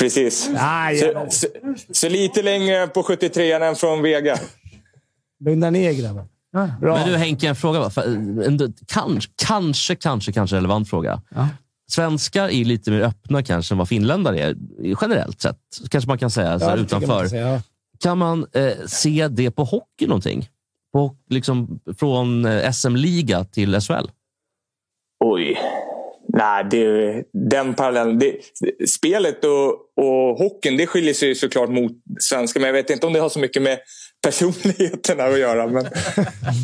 S12: precis.
S2: Nej,
S12: Så, så, så lite längre på 73 än från Vega.
S2: lugna ner grabbar. Bra.
S7: Men du Henke, en fråga. bara. För- eh, En, kanske, kanske, kanske, kanske relevant fråga. Svenskar är lite mer öppna kanske än vad finländare är, generellt sett. Kanske man kan säga så
S2: Ja,
S7: här,
S2: det tycker jag man
S7: utanför.
S2: ska säga, ja.
S7: Kan man eh, se det på hockey någonting? På, liksom, från eh, SM-liga till SHL?
S12: Oj. Nej, det, den parallellen. Det, spelet och, och hockeyn det skiljer sig ju såklart mot svenska. Men jag vet inte om det har så mycket med personligheterna att göra. Men,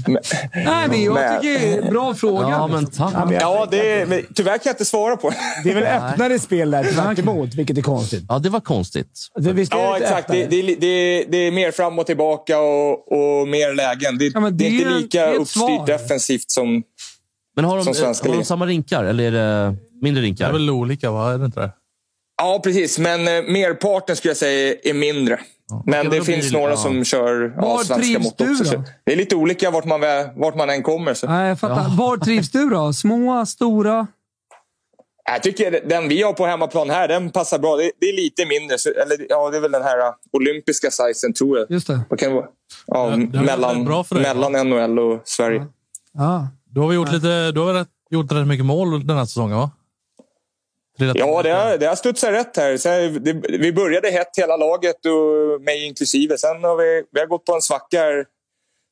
S12: men,
S1: Nej, men jag
S12: Men-
S1: tycker det är en bra fråga.
S7: Ja, men tack.
S12: ja, det, men tyvärr kan jag inte svara på det.
S2: Det är väl öppnare spel där, tvärt emot, vilket är konstigt.
S7: Ja, det var konstigt.
S2: Det, visst är
S12: Ja,
S2: lite
S12: exakt.
S2: öppnare?
S12: Det, det, är li- det, är- det är mer fram och tillbaka och, och mer lägen. Det,
S1: Ja, men
S12: det är
S1: det är
S12: inte
S1: ju-
S12: lika
S1: det är ett
S12: uppstyrt
S1: svar.
S12: defensivt som...
S7: Men har de,
S12: Som
S7: eh,
S12: svenska
S7: har de
S12: ligan.
S7: samma rinkar eller är det mindre
S4: Det är
S7: rinkar?
S4: väl olika, va? Är det inte det?
S12: Ja, precis. Men eh, merparten skulle jag säga är mindre. Men
S7: men
S12: det
S7: då blir
S12: finns
S7: det-
S12: några
S7: ja.
S12: som kör ja,
S1: Var
S12: svenska
S1: trivs
S12: mått
S1: du
S12: också.
S1: då?
S12: så Det är lite olika vart man, vä- vart man än kommer. Så.
S1: Nej, jag fattar. Var trivs du då? Små, stora?
S12: Jag tycker den vi har på hemmaplan här, den passar bra. Det, det är lite mindre. Så, eller, ja, det är väl den här eh, olympiska sizen, tror jag.
S1: Just det.
S12: Vad kan det vara? Ja,
S4: Ja, det är
S12: mellan
S4: väldigt bra för dig, va?
S12: mellan NHL och Sverige.
S1: Ja.
S4: Du har vi gjort, lite, du har rätt, gjort rätt mycket mål den här säsongen, va? Trillat
S12: Ja,
S4: in
S12: det
S4: lite.
S12: har, det har studsat rätt här. Så här, det, vi började hett hela laget, och mig inklusive. Sen har vi, vi har gått på en svacka här.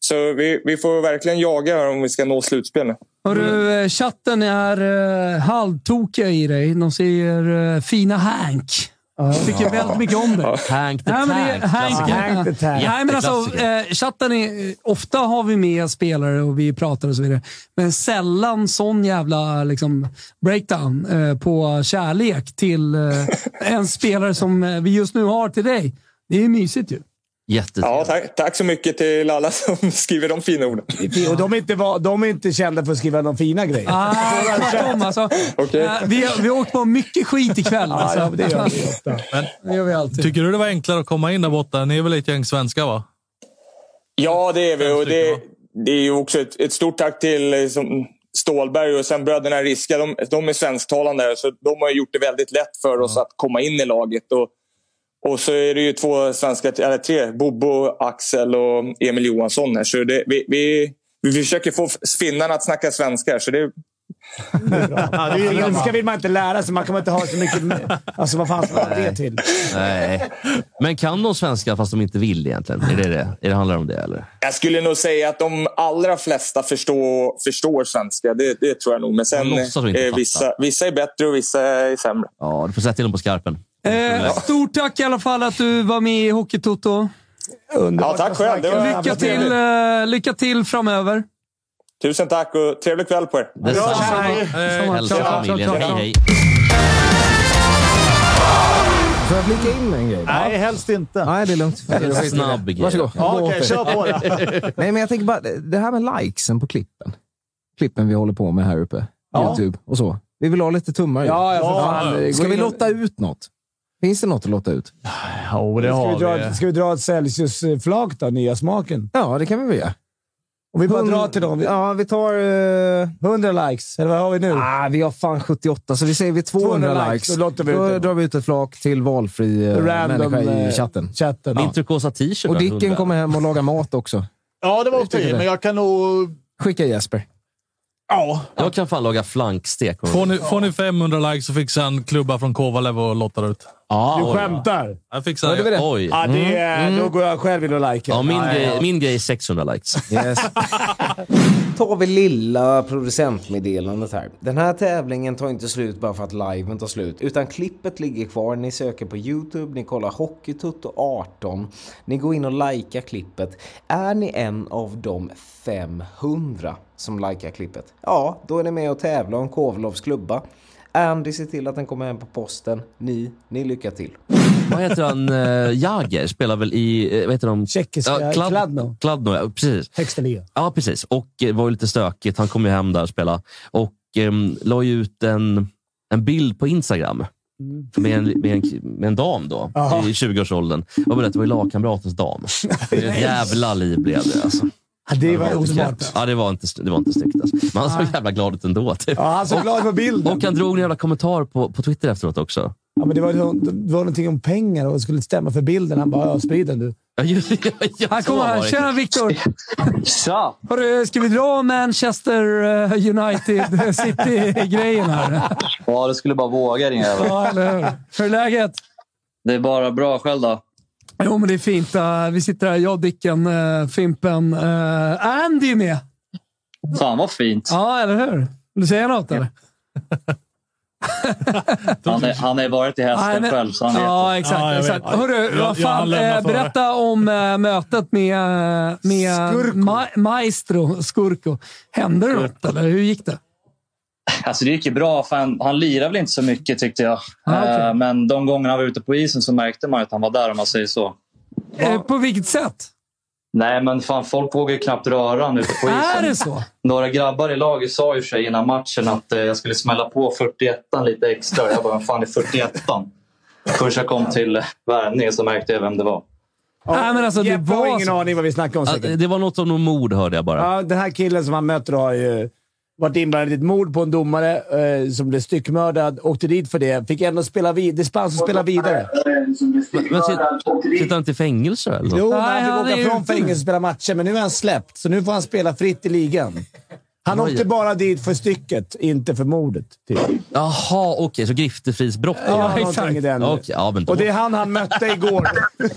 S12: Så vi, vi får verkligen jaga här om vi ska nå slutspel nu.
S1: Hörru, eh, chatten är uh, halvtokiga i dig. De säger eh, “Fina Hank”. Tycker väldigt mycket om dig.
S7: Hank the
S1: Nej, men
S7: Tank.
S1: det, Hank,
S7: klassiker.
S2: Hank the Tank.
S1: Nej, men alltså,
S7: Jätteklassiker.
S1: eh, chatten är, ofta har vi med spelare och vi pratar och så vidare, men sällan sån jävla liksom, breakdown eh, på kärlek till eh, en spelare som eh, vi just nu har till dig. Det är ju mysigt ju.
S7: Jättetrevligt.
S12: Ja, tack, tack så mycket till alla som skriver de fina orden.
S2: Fi- Och de är, inte, va- de är inte kända för att skriva de fina grejerna.
S1: Ah, tvärtom alltså.
S12: Okej.
S1: Eh, vi, har- vi har åkt på mycket skit ikväll. Alltså.
S2: Ja, det gör vi ofta.
S1: Det gör vi alltid.
S4: Tycker du det var enklare att komma in där borta? Ni är väl ett gäng svenskar, va?
S12: Ja, det är vi. Och
S4: stycken,
S12: det,
S4: va?
S12: det är ju också ett, ett stort tack till eh, som, Stålberg och sen bröderna Riska, de, de är svensktalande. Så de har ju gjort det väldigt lätt för oss att komma in i laget. Och, och så är det ju två svenska, eller tre, Bobo, Axel och Emil Johansson. Här. Så det, vi, vi, vi försöker få finnarna att snacka svenska. Så det,
S2: Finska vill man inte lära sig. Man kommer inte ha så mycket... Alltså, vad fan ska man ha det till?
S7: Nej. Men kan de svenska fast de inte vill egentligen? Är det det? Är det handlar om det, eller?
S12: Jag skulle nog säga att de allra flesta förstår, förstår svenska. Det, det tror jag nog. Men sen
S7: De låtsas inte
S12: eh,
S7: fatta.
S12: vissa, vissa är bättre och vissa är sämre.
S7: Ja, du får sätta till dem på skarpen.
S1: Eh, stort tack i alla fall att du var med i Hockeytoto.
S12: Ja, tack själv. Det var
S1: Lycka till, eh, lycka till framöver.
S12: Tusen tack och trevlig kväll på er.
S7: Detsamma.
S1: Hej.
S12: Detsamma.
S7: Hälsa
S12: Ciao,
S7: familjen.
S12: ciao,
S7: Hej,
S12: ciao.
S7: hej.
S5: Får jag flika in en grej?
S9: Nej, helst inte.
S5: Nej, det är lugnt.
S7: Det är en
S5: Jag skiter i
S7: snabb grej.
S5: Varsågod.
S9: Ja,
S5: Gå
S9: okej,
S5: åt
S9: kör
S5: dig.
S9: på det.
S5: Nej, men jag tänker bara, det här med likesen på klippen. Klippen vi håller på med här uppe. Youtube och så. Vi vill ha lite tummar. ju.
S2: Ja, ja, för fan.
S5: Ska vi lotta ut något? Finns det något att lotta ut?
S3: Jo, det
S2: Ska vi,
S3: har vi.
S2: dra, ska vi dra ett Celsius-flak då? Nya smaken.
S5: Ja, det kan vi väl göra.
S2: Om vi bara
S5: Hund-
S2: drar till dem.
S5: Ja, vi tar... eh,
S2: 100 likes, eller vad har vi nu?
S5: Ah, vi har fan 78, så vi säger vi 200,
S2: 200 likes,
S5: likes.
S2: då låter vi ut det.
S5: drar vi ut ett flak till valfri eh,
S2: Random
S5: människa
S2: eh,
S5: i chatten.
S2: chatten. Ja.
S7: Vinterkåsa t-shirt.
S5: Och Dicken
S7: hundra.
S5: kommer hem och lagar mat också.
S3: Ja, det var okej,
S5: tycker det.
S3: men jag kan nog...
S5: Skicka Jesper.
S3: Ja.
S7: Jag kan fan laga flankstek.
S4: Får ni, får ni 500 likes så fixar jag en klubba från Kovalev och lottar ut.
S7: Ja,
S2: Du
S7: oj.
S2: skämtar?
S4: Jag fixar det.
S7: Oj.
S2: Ja, det är, Då går jag själv in och likar.
S7: Ja, min, grej, min grej är 600 likes.
S5: Yes.
S13: tar vi lilla producentmeddelandet här. Den här tävlingen tar inte slut bara för att liven tar slut, utan klippet ligger kvar. Ni söker på Youtube, ni kollar Hockeytutto 18, ni går in och likar klippet. Är ni en av de 500 som likar klippet? Ja, då är ni med och tävlar om Kovlovs klubba. Andy ser till att den kommer hem på posten. Ni, ni lycka till.
S7: Vad heter han? Eh, Jagger spelar väl i... eh, Vad heter de?
S2: Tjeckiska-
S7: Klad-
S2: Kladno.
S7: Kladno, ja. Precis.
S2: Högsta liga.
S7: Ja, precis. Och det var ju lite stökigt. Han kom ju hem där och spelade. Och um, la ju ut en, en bild på Instagram.
S1: Mm.
S7: Med en, med, en, med en dam då, i 20-årsåldern. Och berättade, det var ju lagkamratens dam. Ett jävla liv blev det alltså.
S2: Det var
S7: inte
S2: osmart.
S7: kul. Ja, det var inte, det var inte snyggt. Alltså. Men han såg jävla glad ut ändå. Typ.
S2: Ja, han såg glad på bilden.
S7: Och han drog en jävla kommentar på, på Twitter efteråt också.
S2: Ja, men det, var, det var någonting om pengar och skulle stämma för bilden. Han bara, ja, sprid den du.
S7: Ja, just, ja, ja,
S1: Här
S7: så
S1: kommer
S7: var
S1: han.
S7: det.
S1: Tjena Viktor!
S14: Tja!
S1: Hörru, Ska vi dra Manchester eh, United City-grejen här?
S14: Ja, du skulle bara våga din jävel.
S1: Ja, eller hur? Hur är läget?
S14: Det är bara bra. Själv då?
S1: Jo, men det är fint. Eh, Vi sitter här, jag, Dicken, eh, Fimpen. eh, Andy är med.
S14: Fan vad fint.
S1: Ja, eller hur? Vill du säga något eller?
S14: Han, är, han har ju varit i hästen
S1: Nej, men-
S14: själv, så han vet.
S1: Ja,
S4: Ja,
S1: exakt.
S4: jag
S1: exakt.
S4: vet.
S1: Hörru,
S4: Ja,
S1: vad fan,
S4: han lämnar
S1: eh,
S4: före.
S1: berätta om eh, mötet med, eh, med ma Maestro Skurko. Hände det något, eller hur gick det?
S14: Alltså det gick ju bra. För han, han lirade väl inte så mycket tyckte jag.
S1: Ah, okej.
S14: Eh, Men de gångerna han var ute på isen så märkte man att han var där om man säger så.
S1: Eh, På vilket sätt?
S14: Nej men fan, folk vågar ju knappt röra han ute på
S1: Är
S14: isen.
S1: det så?
S14: Några grabbar i laget sa ju för sig innan matchen att eh, jag skulle smälla på 41 lite extra. Jag bara, "Vad fan är 41 Först jag kom till eh, värvningen så märkte jag vem det var.
S1: Nej, men alltså, det
S2: Jeppe har
S1: var
S2: ingen
S1: så-
S2: aning vad vi snackar om
S7: Ja,
S2: säkert.
S7: det var något om något mord, hörde jag bara.
S2: Ja, den här killen som han möter har ju varit inblandad i ett mord på en domare eh, som blev styckmördad. Åkte dit för det. Fick ändå spela vid dispens och spela vidare.
S7: Men, men sit- sitter han inte i fängelse? Eller?
S2: Jo, men
S1: Nej,
S2: han
S1: han
S2: fick
S1: är
S2: åka från
S1: ute.
S2: fängelse och spela matcher, men nu är han släppt. Så nu får han spela fritt i ligan. Han
S7: Oj.
S2: åkte bara dit för stycket, inte för mordet. Typ.
S7: Jaha, okej. så griftefridsbrott? Ja,
S2: någonting i den.
S7: Okej, ja, men då,
S2: Och det är han han mötte igår.
S7: det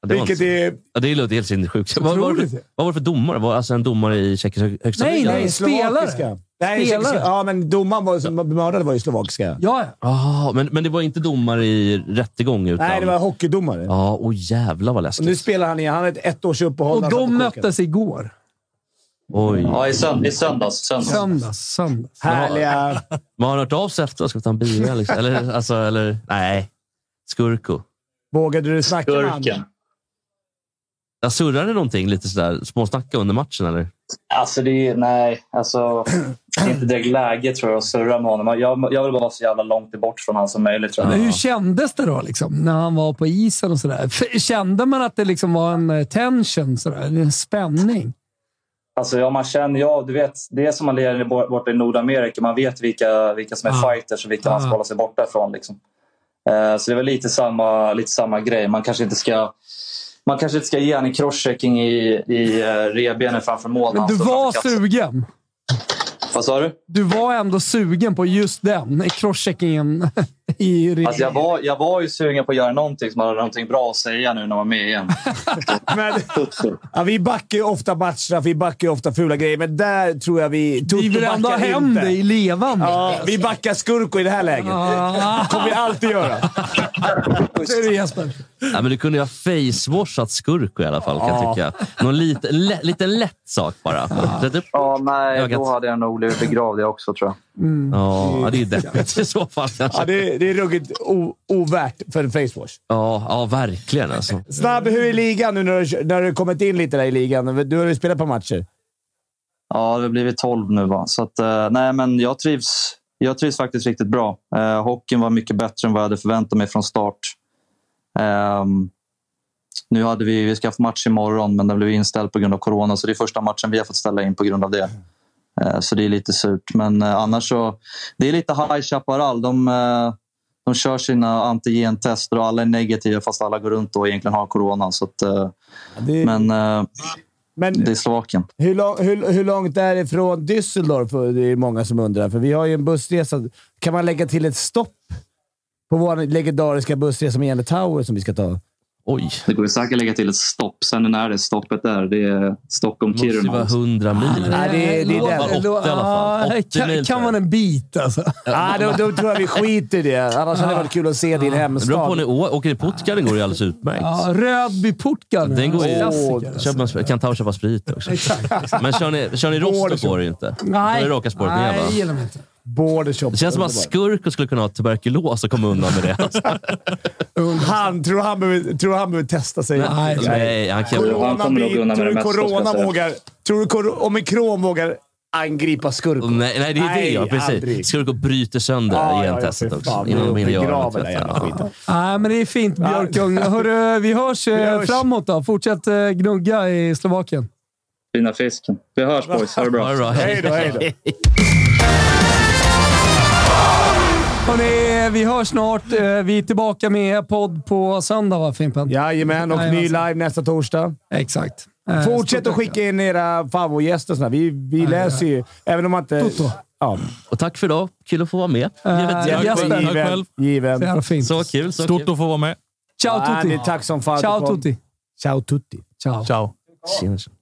S7: var
S2: Vilket
S7: inte-
S2: är...
S7: Ja, det låter helt sinnessjukt. Vad, vad, var det för- vad var det för domare? Var det alltså en domare i Tjeckiens högsta
S1: Nej,
S7: liga?
S1: nej.
S2: slovakiska.
S1: Spelare.
S2: Nej,
S1: Spelare.
S2: tjeckiska. Ja, men domaren var, som mördade var ju slovakiska.
S1: Ja, ja.
S7: Jaha, men, men det var inte domare i rättegång? Utan...
S2: Nej, det var hockeydomare.
S7: Ja, åh jävlar vad
S2: Och nu
S7: läskigt.
S2: spelar han igen. Han har ett ettårs uppehåll.
S1: Och
S2: Han satt på
S1: de
S2: kåken.
S1: möttes igår.
S7: Oj.
S14: Ja, i, sönd- i söndags. söndags.
S1: Söndags. söndags.
S2: Härliga...
S7: Man har hört av sig efteråt. Ska vi ta en bira? Liksom? Eller, alltså, eller, nej. Skurko.
S2: Vågade du snacka med han?
S14: Skurken.
S7: Jag surrade någonting lite sådär, småsnacka under matchen eller?
S14: Alltså det är, nej, alltså det är inte direkt läge tror jag att surra med honom. Jag, jag vill bara vara så jävla långt bort från honom som möjligt. Tror
S1: Men
S14: jag.
S1: hur kändes det då liksom, när han var på isen och sådär? F- Kände man att det liksom var en eh, tension, sådär, en spänning?
S14: Alltså, ja, man känner, ja, du vet, det är som man lever bort- borta i Nordamerika. Man vet vilka, vilka som är
S4: Ah.
S14: fighters och vilka man ska
S4: Ah.
S14: hålla sig borta ifrån. Liksom. Eh, så det är väl lite samma, lite samma grej. Man kanske inte ska man kanske inte ska ge han en crosschecking i, i eh, revbenen framför mål. när
S1: Men
S14: han
S1: du
S14: står framför
S1: var
S14: kassen.
S1: sugen.
S14: Vad sa du?
S1: Du var ändå sugen på just den eh, crosscheckingen i Rio.
S14: Alltså jag, var, jag var ju sugen på att göra någonting som hade någonting bra att säga nu när man var med igen.
S2: Ja, vi backar ju ofta matchstraff, vi backar ju ofta fula grejer, men där tror jag vi... Vi
S1: vill ändå ha hem dig levande.
S2: Ja, vi backar skurko i det här läget.
S1: Ah.
S2: kommer vi alltid göra.
S1: Så är det Jesper.
S7: Ja, men du kunde ju ha facewashat skurko i alla fall, kan jag tycka. Någon liten, lä, liten lätt sak bara. Sätt upp.
S14: Ja, nej,
S7: Ögat.
S14: då hade jag nog blivit begravd jag också tror jag.
S7: Ja, det är deppigt i så fall. kanske.
S2: Ja, det, är- det är ruggigt o, ovärt för en facewash.
S7: Ja, ja, verkligen alltså.
S2: Snabb, hur är ligan nu när du, när du kommit in lite där i ligan? Du har ju spelat på matcher.
S14: Ja, det har blivit 12 nu. Va? Så att, eh, nej, men jag trivs, jag trivs faktiskt riktigt bra. Eh, hockeyn var mycket bättre än vad jag hade förväntat mig från start. Ehm, nu hade vi, vi ska ha match imorgon, men den blev inställd på grund av corona. Så det är första matchen vi har fått ställa in på grund av det. Eh, så det är lite surt. Men eh, annars så, det är lite High Chaparral. De, eh, de kör sina antigentester och alla är negativa fast alla går runt och egentligen har corona. Så att, eh,
S2: det-
S14: Men, eh,
S2: Men-
S14: det är Slovakien.
S2: Hur, lång, hur, hur långt är det från Düsseldorf? För Det är många som undrar, för vi har ju en bussresa. Kan man lägga till ett stopp på vår legendariska bussresa med Jenny Tower som vi ska ta?
S7: Oj.
S14: Det går ju säkert att lägga till ett stopp. Sen när det stoppet är, det
S7: Det
S14: är
S7: måste ju
S14: Stockholm-Kiruna.
S7: vara 100 mil.
S2: Nej, det, det
S7: Lovar
S2: är
S7: 80
S2: den.
S7: i alla fall.
S1: Ah,
S7: 80
S1: kan,
S7: mil.
S1: kan man en bit alltså.
S2: Ah, då, då tror jag vi skiter i det. Annars hade det varit kul att se
S7: Det
S2: din
S7: beror på när
S2: hemstad.
S7: ni å- åker till Puttgarden går det ju alldeles utmärkt.
S1: Ja, Rödby Portgarden.
S7: Den går ju...
S1: Klassiker, alltså.
S7: Köper man, kan ta och köpa sprit också. Men kör ni, kör ni Rostock går det ju inte.
S1: Nej.
S7: Då är det raka spåret ner,
S1: Nej,
S7: va?
S1: jag gillar mig inte.
S2: Bordershop.
S7: Det känns som att Skurko skulle kunna ha tuberkulos och komma undan med det. Alltså.
S2: Han, tror han behöver, tror han behöver testa sig?
S1: Nej.
S7: Nej, han kan väl...
S14: Han kommer nog undan med
S2: tror
S14: det
S2: du
S14: mesta, ska jag
S2: corona
S14: säga.
S2: vågar... Tror du kor- omikron vågar angripa skurkor?
S7: Nej, nej, det är det.
S2: Nej,
S7: Ja,
S2: aldrig.
S7: precis. Skurko bryter sönder
S2: Ja, ja, ja,
S7: gentestet
S2: för
S7: också.
S2: fan.
S7: Innan de
S2: Vi
S7: hinner göra något.
S2: begraver den
S7: vet jag.
S2: jävla skiten.
S1: Nej, men det är fint Björkung. Hörru, vi hörs, eh,
S2: Vi hörs.
S1: framåt då. Fortsätt eh, gnugga i Slovakien.
S14: Fina fisken. Vi hörs boys, ha det
S7: Ja,
S14: bra.
S7: det är bra. Hej.
S2: Hej då, hej då.
S1: Hörrni, vi hörs snart. Eh, Vi är tillbaka med podd på söndag, va Fimpen?
S2: Jajamän, och ny
S1: Jajamensan.
S2: live nästa torsdag.
S1: Exakt. Eh,
S2: Fortsätt
S1: stort
S2: att
S1: tack.
S2: skicka in era favoritgäster och sådär. Vi, vi läser ju, även om man inte...
S1: Toto.
S2: Ja,
S7: Och tack för idag. Kul att få vara med.
S4: Äh,
S1: Eh,
S7: Givet-
S1: Jesper.
S4: Tack
S2: given.
S4: själv.
S1: Så
S2: given.
S1: jävla fint.
S7: Så kul. Så
S4: Stort
S7: kul.
S4: att få vara med.
S1: Ciao
S2: Ja, det
S1: tutti.
S2: är tack som fan.
S1: Ciao tutti.
S2: Ciao tutti.
S1: Ciao.
S4: Ciao.
S7: Tjena, tjena.